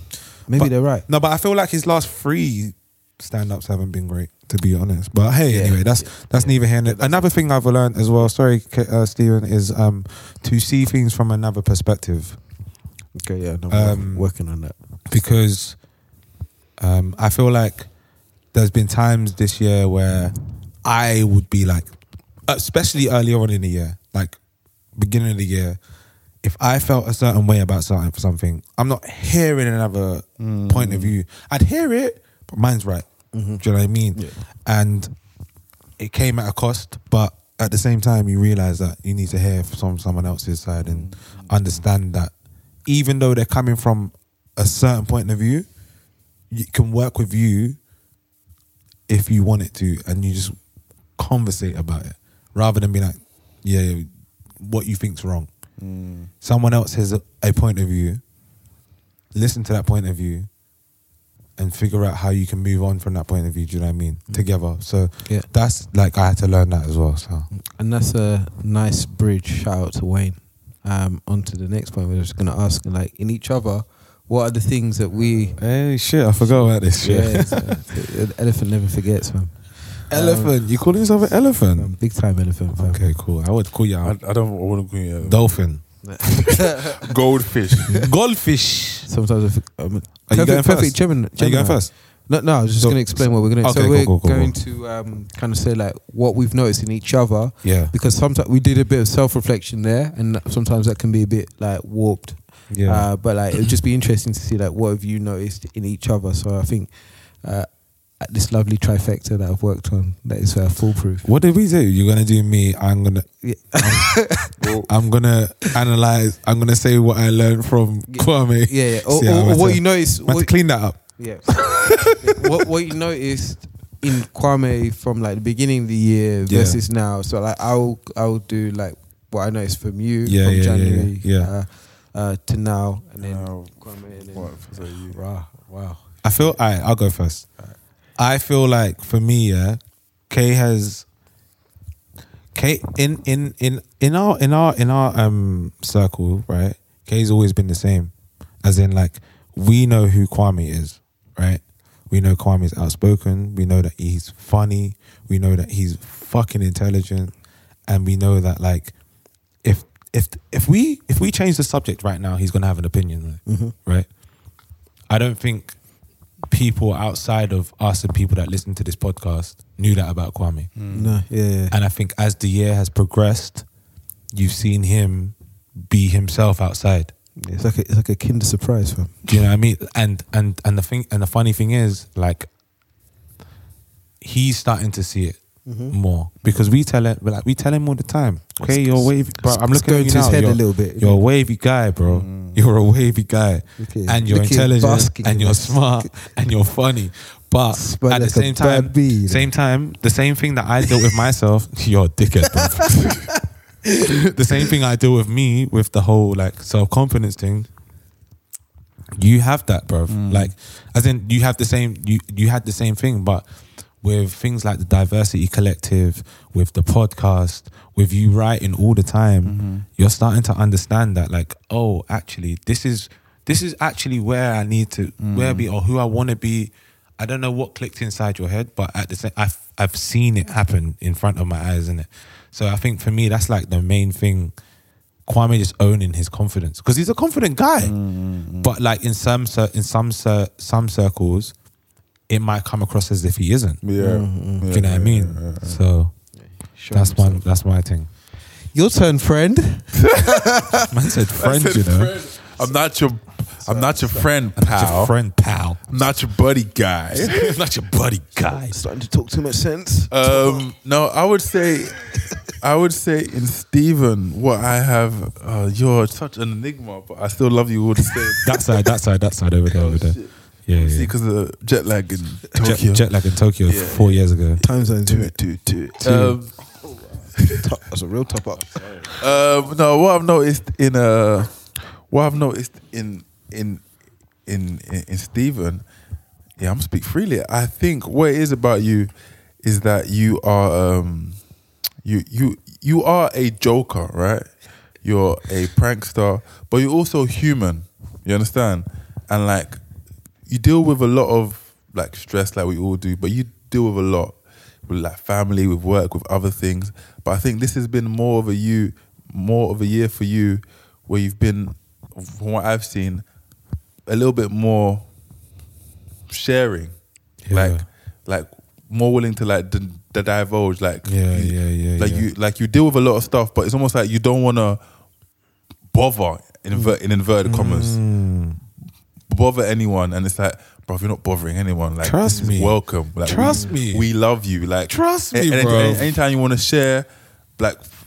S6: Maybe
S5: But-
S6: they're right.
S5: No, but I feel like his last three stand ups haven't been great. to be honest. But hey, anyway, that's that's neither here. nor another thing I've learned as well. Sorry, K- uh, Stephen, is um, to see things from another perspective
S6: Okay, yeah, no,
S5: Um,
S6: working on that.
S5: because um, I feel like there's been times this year where I would be like, especially earlier on in the year, like beginning of the year, if I felt a certain way about something for something, I'm not hearing another point of view. I'd hear it, but mine's right. Do you know what I mean? And it came at a cost, but at the same time, you realize that you need to hear from someone else's side and understand that even though they're coming from a certain point of view, it can work with you if you want it to, and you just conversate about it rather than be like, yeah, what you think's wrong. Someone else has a, a point of view. Listen to that point of view. And figure out how you can move on from that point of view. Do you know what I mean? Together, so
S6: Yeah.
S5: that's like I had to learn that as well. So
S6: And that's a nice bridge. Shout out to Wayne. Um, on to the next point. We're just going to ask, like, in each other, what are the things that we.
S5: hey, shit, I forgot about this shit.
S6: Yeah, it's, uh, an elephant never forgets, man.
S5: elephant, you calling yourself an
S6: Um,
S5: elephant?
S6: big time elephant, fam.
S5: Okay, cool. I would call you
S3: I,
S5: a
S3: I don't. I wouldn't call you a
S5: dolphin,
S3: goldfish.
S5: goldfish.
S6: Sometimes, I um,
S5: Are you going
S6: perfect
S5: first?
S6: Gemini,
S5: Are you
S6: Gemini.
S5: going first?
S6: No, no, I was just
S5: So-
S6: going to explain what we're going to.
S5: Okay,
S6: so
S5: cool,
S6: we're
S5: cool, cool,
S6: going to um, kind of say like what we've noticed in each other.
S5: Yeah.
S6: Because sometimes we did a bit of self reflection there, and sometimes that can be a bit like warped.
S5: Yeah.
S6: Uh, but like it would just be interesting to see like what have you noticed in each other. So I think uh, at this lovely trifecta that I've worked on that is uh, foolproof.
S5: What did we do? You're gonna do me. I'm gonna.
S6: Yeah.
S5: I'm, I'm gonna analyze. I'm gonna say what I learned from Kwame.
S6: Yeah, yeah. Or,
S5: See, I'm
S6: or- or
S5: about
S6: what
S5: to-
S6: you noticed?
S5: I'm about to
S6: What,
S5: clean that up.
S6: yeah. what what you noticed in Kwame from like the beginning of the year
S5: Yeah.
S6: versus now. So like I'll I'll do like what I noticed from you
S5: Yeah,
S6: from
S5: yeah, yeah,
S6: January
S5: yeah, yeah.
S6: Uh, uh, to now and then
S3: Now,
S6: Kwame and then
S3: What was that you?
S6: Rah, wow.
S5: I feel. All right, I'll go first. I feel like for me, yeah, K has. K in in in in our in our in our um circle, right? K's always been the same, as in like we know who Kwame is, right? We know Kwame is outspoken. We know that he's funny. We know that he's fucking intelligent, and we know that like if if if we if we change the subject right now, he's gonna have an opinion, on it, right? I don't think people outside of us and people that listen to this podcast knew that about Kwame.
S6: No, yeah, yeah.
S5: And I think as the year has progressed, you've seen him be himself outside.
S6: It's like a, it's like a Kinder surprise for him.
S5: Do you know what I mean? And and and the thing and the funny thing is, like, he's starting to see it more because we tell it, we're like we tell him all the time. Okay, you're wavy, bro. I'm
S6: Mm-hmm. it's
S5: looking
S6: going
S5: at you
S6: to
S5: now.
S6: his head a
S5: you're,
S6: little bit. Mm.
S5: You're a wavy guy, bro. You're a wavy guy,
S6: Look at him.
S5: and you're
S6: Look at him
S5: intelligent,
S6: basking in
S5: and you're
S6: it.
S5: smart, and you're funny. But
S6: Smell
S5: at the
S6: like a
S5: same
S6: bad
S5: time,
S6: bee, you know.
S5: same time, the same thing that I dealt with myself, you're a dickhead, bro. the same thing I do with me with the whole like self confidence thing. You have that, bro. Like, as in you have the same you you had the same thing, but with things like the diversity collective, with the podcast, with you writing all the time, you're starting to understand that, like, oh, actually, this is this is actually where I need to where I be or who I want to be. I don't know what clicked inside your head, but at the same, I've I've seen it happen in front of my eyes, innit? So I think for me, that's like the main thing. Kwame just owning his confidence because he's a confident guy, but like in some cir- in some cir- some circles, it might come across as if he isn't.
S3: Yeah.
S6: Mm-hmm.
S5: Do
S3: yeah,
S5: you know what I mean? So that's one. That's my thing.
S6: Your turn, friend.
S5: Man said friend, you know,
S3: I'm not your. I'm not your friend,
S5: It's
S3: pal.
S5: your friend pal,
S3: I'm not your buddy guy.
S5: not your buddy guy.
S6: Starting to talk too much sense.
S3: Um, no, I would say, I would say in Stephen, what I have, uh, you're such an enigma, but I still love you all the same.
S5: That side, that side, that side over there, over there.
S3: Oh, shit.
S5: Yeah,
S3: See,
S5: yeah.
S3: because of jet lag in
S5: Jet,
S3: Tokyo.
S5: jet lag in Tokyo
S3: Yeah.
S5: four years ago.
S6: Time zones.
S3: Two, two, two. Um,
S6: That's a real top up.
S3: um, no, what I've noticed in uh, what I've noticed in in in in, in Stephen, yeah, I'm speak freely. I think what it is about you is that you are um, you you you are a joker, right? You're a prankster, but you're also human. You understand? And like, you deal with a lot of like stress, like we all do, but you deal with a lot with like family, with work, with other things. But I think this has been more of a you, more of a year for you, where you've been, from what I've seen, a little bit more sharing, like like more willing to like d- d- divulge, like
S5: Yeah,
S3: you-
S5: yeah, yeah,
S3: like
S5: yeah.
S3: you like you deal with a lot of stuff, but it's almost like you don't want to bother in, inver- in inverted
S5: Mm.
S3: commas bother anyone and it's like bro you're not bothering anyone like
S5: Trust
S3: this is
S5: me.
S3: welcome like
S5: Trust
S3: we,
S5: me.
S3: we love you like
S5: Trust me,
S3: a- any-
S5: bro.
S3: any- anytime you want to share like f-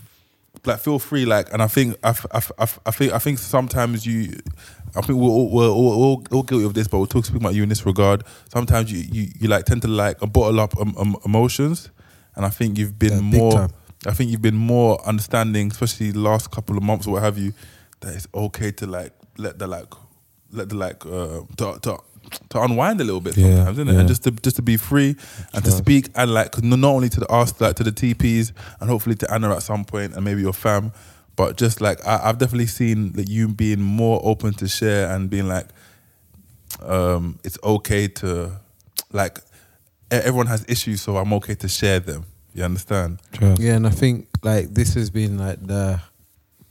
S3: like feel free like and i think i, f- I f- I f- I think i think sometimes you i think we're all, we're all, all, all guilty of this but we're talking speaking about you in this regard sometimes you you, you like tend to like bottle up um, um, emotions and i think you've been
S6: Yeah, big
S3: more
S6: time.
S3: I think you've been more understanding, especially the last couple of months or what have you, that it's okay to like let the like let the like uh, to, to to unwind a little bit
S5: Yeah,
S3: sometimes, isn't it?
S5: yeah.
S3: And just to just to be free and to speak and like n- not only to the ask like to the TPs and hopefully to Anna at some point and maybe your fam, but just like I, I've definitely seen that you being more open to share and being like um, it's okay to like e- everyone has issues, so I'm okay to share them. You understand?
S6: Yeah, and I think like this has been like the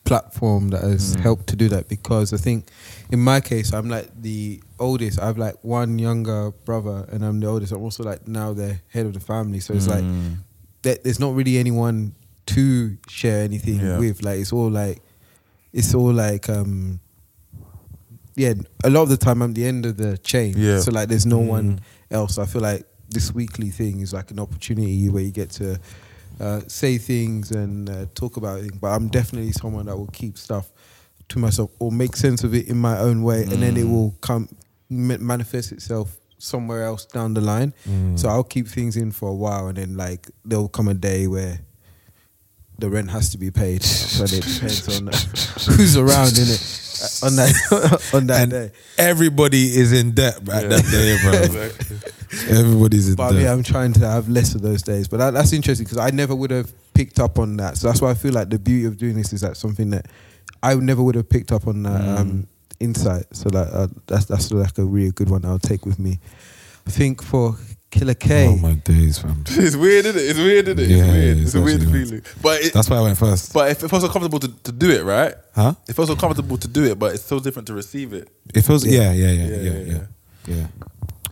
S6: platform that has helped to do that because I think in my case I'm like the oldest. I've like one younger brother and I'm the oldest. I'm also like now the head of the family. So it's like that there's not really anyone to share anything
S3: Yeah.
S6: with. Like it's all like it's all like um yeah, a lot of the time I'm the end of the chain.
S3: Yeah.
S6: So like there's no one else. I feel like this weekly thing is like an opportunity where you get to uh, say things and uh, talk about things. But I'm definitely someone that will keep stuff to myself or make sense of it in my own way, and then it will come ma- manifest itself somewhere else down the line. So I'll keep things in for a while, and then like there'll come a day where the rent has to be paid, and it depends on who's around in it on that on that
S5: and
S6: day.
S5: everybody is in debt at that day, bro. Everybody's in
S6: But
S5: debt.
S6: yeah, I'm trying to have less of those days. But that, that's interesting because I never would have picked up on that. So that's why I feel like the beauty of doing this is that something that I never would have picked up on that
S5: Mm.
S6: um, insight. So that uh, that's that's like a really good one I'll take with me. I think for Killer K,
S5: Oh my days, fam.
S3: It's weird, isn't it? It's weird, isn't it?
S5: Yeah,
S3: it's weird.
S5: it's
S3: It's, a weird
S5: actually weird.
S3: feeling. But it,
S5: That's why I went first.
S3: but if it feels so comfortable to, to do it, right?
S5: Huh?
S3: It feels so comfortable to do it, but it's so different to receive it.
S5: It feels yeah, yeah, yeah,
S3: Yeah,
S5: yeah,
S3: yeah,
S5: yeah, yeah.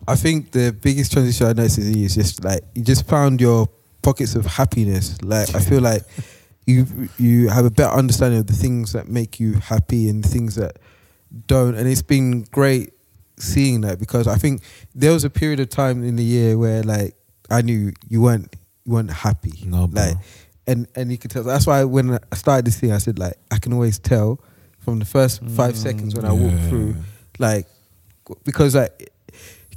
S6: I think the biggest transition I noticed is you is just like you just found your pockets of happiness. Like I feel like you you have a better understanding of the things that make you happy and the things that don't. And it's been great seeing that because I think there was a period of time in the year where like I knew you weren't you weren't happy.
S5: No, bro.
S6: like and and you could tell. That's why when I started this thing, I said like I can always tell from the first five seconds when I walk
S5: yeah.
S6: through, like because like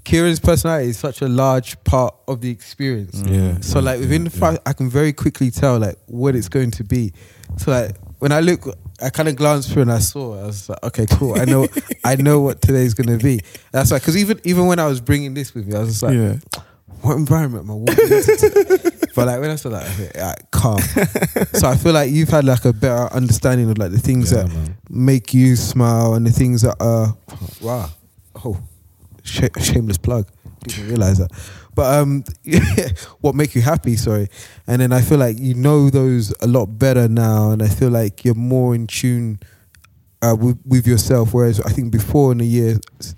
S6: Kieran's personality is such a large part of the experience.
S5: Mm. Yeah,
S6: So
S5: yeah,
S6: like within
S5: yeah,
S6: the five, I can very quickly tell like what it's going to be. So like when I look, I kind of glanced through and I saw. I was like, okay, cool. I know, I know what today's going to be. That's like because even even when I was bringing this with me, I was just like, what environment am I walking into? but like when I saw that, I was like, alright, calm. so I feel like you've had like a better understanding of like the things
S5: Yeah,
S6: that
S5: man.
S6: make you smile and the things that are wow, oh, sh- shameless plug. Didn't realize that, but um, what make you happy? Sorry, and then I feel like you know those a lot better now, and I feel like you're more in tune uh, with, with yourself. Whereas I think before in the year, s-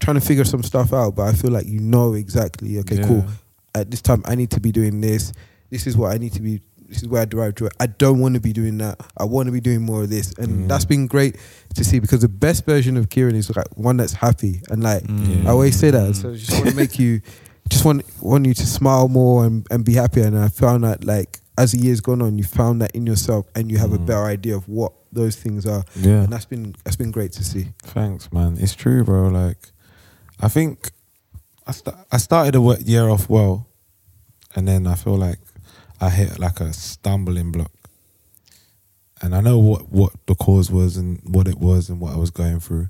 S6: trying to figure some stuff out, but I feel like you know exactly. Okay, cool. At this time, I need to be doing this. This is what I need to be. This is where I derive joy. I don't want to be doing that. I want to be doing more of this,
S5: Mm.
S6: and that's been great to see because the best version of Kieran is like one that's happy and like
S5: Mm.
S6: I always say that. So I just want to make you, just want want you to smile more and, and be happier. And I found that like as the years gone on, you found that in yourself, and you have a better idea of what those things are.
S5: Mm. Yeah.
S6: and that's been that's been great to see.
S5: Thanks, man. It's true, bro. Like, I think I st- I started the wo- year off well, and then I feel like I hit like a stumbling block. And I know what what the cause was and what it was and what I was going through,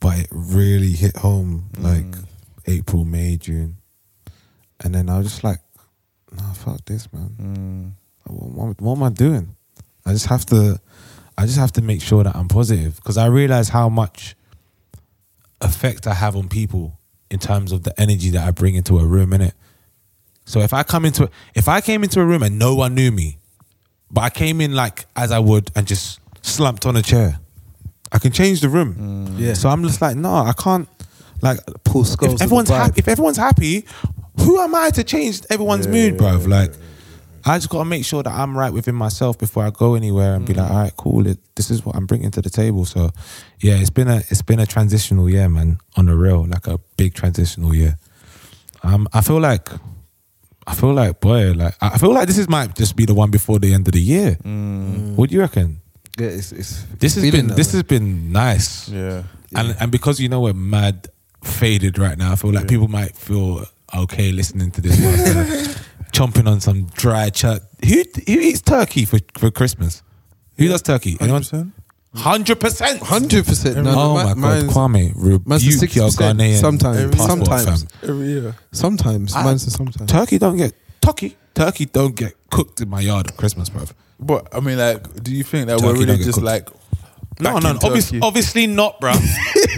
S5: but it really hit home like April, May, June, and then I was just like, "Nah, fuck this, man. What, what, what am I doing? I just have to, I just have to make sure that I'm positive because I realize how much effect I have on people in terms of the energy that I bring into a room, innit? So if I come into if I came into a room and no one knew me, but I came in like as I would and just slumped on a chair, I can change the room. Yeah. So I'm just like, no, I can't. Like
S9: Paul Scholes of
S5: If
S9: the
S5: everyone's
S9: vibe.
S5: happy, if everyone's happy, who am I to change everyone's mood, bruv? Like, I just gotta make sure that I'm right within myself before I go anywhere and be
S9: Mm.
S5: like, all right, cool. It, this is what I'm bringing to the table. So, yeah, it's been a it's been a transitional year, man. On the real, like a big transitional year. Um, I feel like, I feel like, boy, like I I feel like this is might just be the one before the end of the year. What do you reckon?
S9: Yeah, it's, Mm. it's
S5: This has
S9: feeling
S5: been
S9: that
S5: this
S9: way.
S5: has been nice.
S3: Yeah.
S5: And and because you know we're mad faded right now, I feel like people might feel okay listening to this, podcast, chomping on some dry chuck. Who who eats turkey for for Christmas? Who does turkey? Anyone?
S3: 100%?
S5: Hundred percent.
S6: Hundred percent. No, no,
S5: Oh my
S6: my, mine's-
S5: god, Kwame,
S6: mine's
S5: rebuke your
S6: 60%.
S5: Ghanaian
S6: Sometimes,
S5: passport,
S6: sometimes,
S5: fam.
S3: Every year.
S6: sometimes. Mine's a sometimes.
S5: Turkey don't get turkey. Turkey don't get cooked in my yard at Christmas, bro.
S3: But I mean, like, do you think that
S5: Turkey
S3: we're
S5: don't
S3: really
S5: get
S3: just
S5: cooked.
S3: like?
S5: No,
S3: back
S5: no,
S3: in
S5: no. Obvious,
S3: Turkey?
S5: obviously not, bro.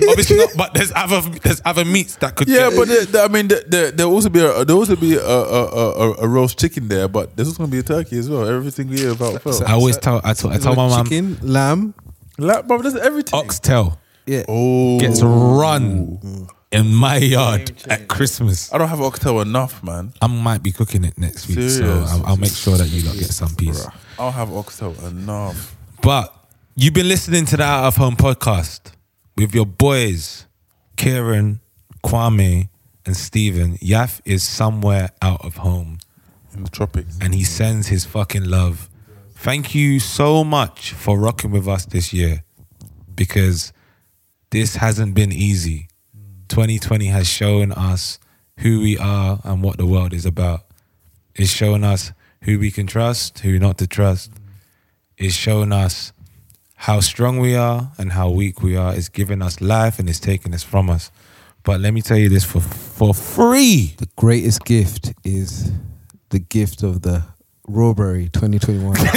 S5: obviously not. But there's other there's other meats that could.
S3: Yeah,
S5: get,
S3: but there, there, I mean, there, there, there also be a, there also be a, a, a, a- a roast chicken there, but there's also gonna be a turkey as well. Every single year about Phil.
S5: I always tell I tell, I tell my mum
S6: Chicken, lamb.
S3: like, bro, there's everything.
S5: oxtail
S6: Yeah.
S3: Oh,
S5: gets run in my yard at Christmas.
S3: I don't have oxtail enough, man.
S5: I might be cooking it next week,
S3: Serious?
S5: so I'll, I'll make sure that you lot get some piece.
S3: I don't have oxtail enough.
S5: But you've been listening to the Out of Home podcast with your boys, Kieran, Kwame, and Stephen. Yaf is somewhere out of home.
S3: In the tropics.
S5: and he sends his fucking love. Thank you so much for rocking with us this year because this hasn't been easy. 2020 has shown us who we are and what the world is about. It's shown us who we can trust, who not to trust. It's shown us how strong we are and how weak we are. It's given us life and it's taken this from us. But let me tell you this for for free.
S6: The greatest gift is the gift of the Rawberry 2021.
S5: that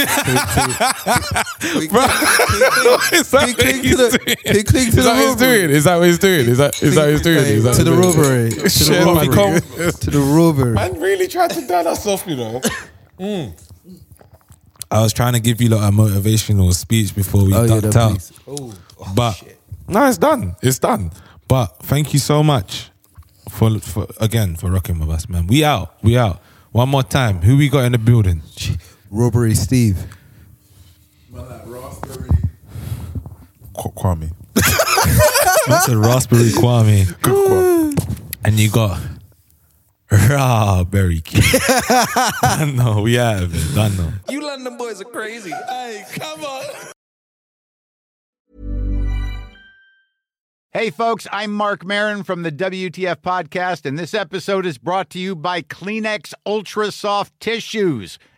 S6: They cling to the, they cling to
S5: Is
S6: the
S5: that what he's
S6: Rawberry.
S5: doing? Is that what he's doing? Is that is that what he's doing? Is that
S6: To the
S5: what he's doing?
S6: Rawberry. To the
S5: Share my com-
S6: Rawberry. To the Rawberry.
S5: Man really tried to down us off, you know. Mm. I was trying to give you like a motivational speech before we
S6: Oh, yeah,
S5: ducked
S6: no,
S5: out.
S6: please. Oh,
S5: but no, it's done. It's done. But thank you so much for, for again for rocking with us, man. We out. We out. One more time. Who we got in the building?
S6: Rawberry Steve.
S3: Qu- Kwame.
S5: That's a raspberry Kwame.
S3: Kwame.
S5: and you got raw berry cake. Don't know. We have it. Don't know.
S10: You London boys are crazy. Hey, come on.
S11: Hey, folks, I'm Mark Marin from the WTF Podcast, and this episode is brought to you by Kleenex Ultra Soft Tissues,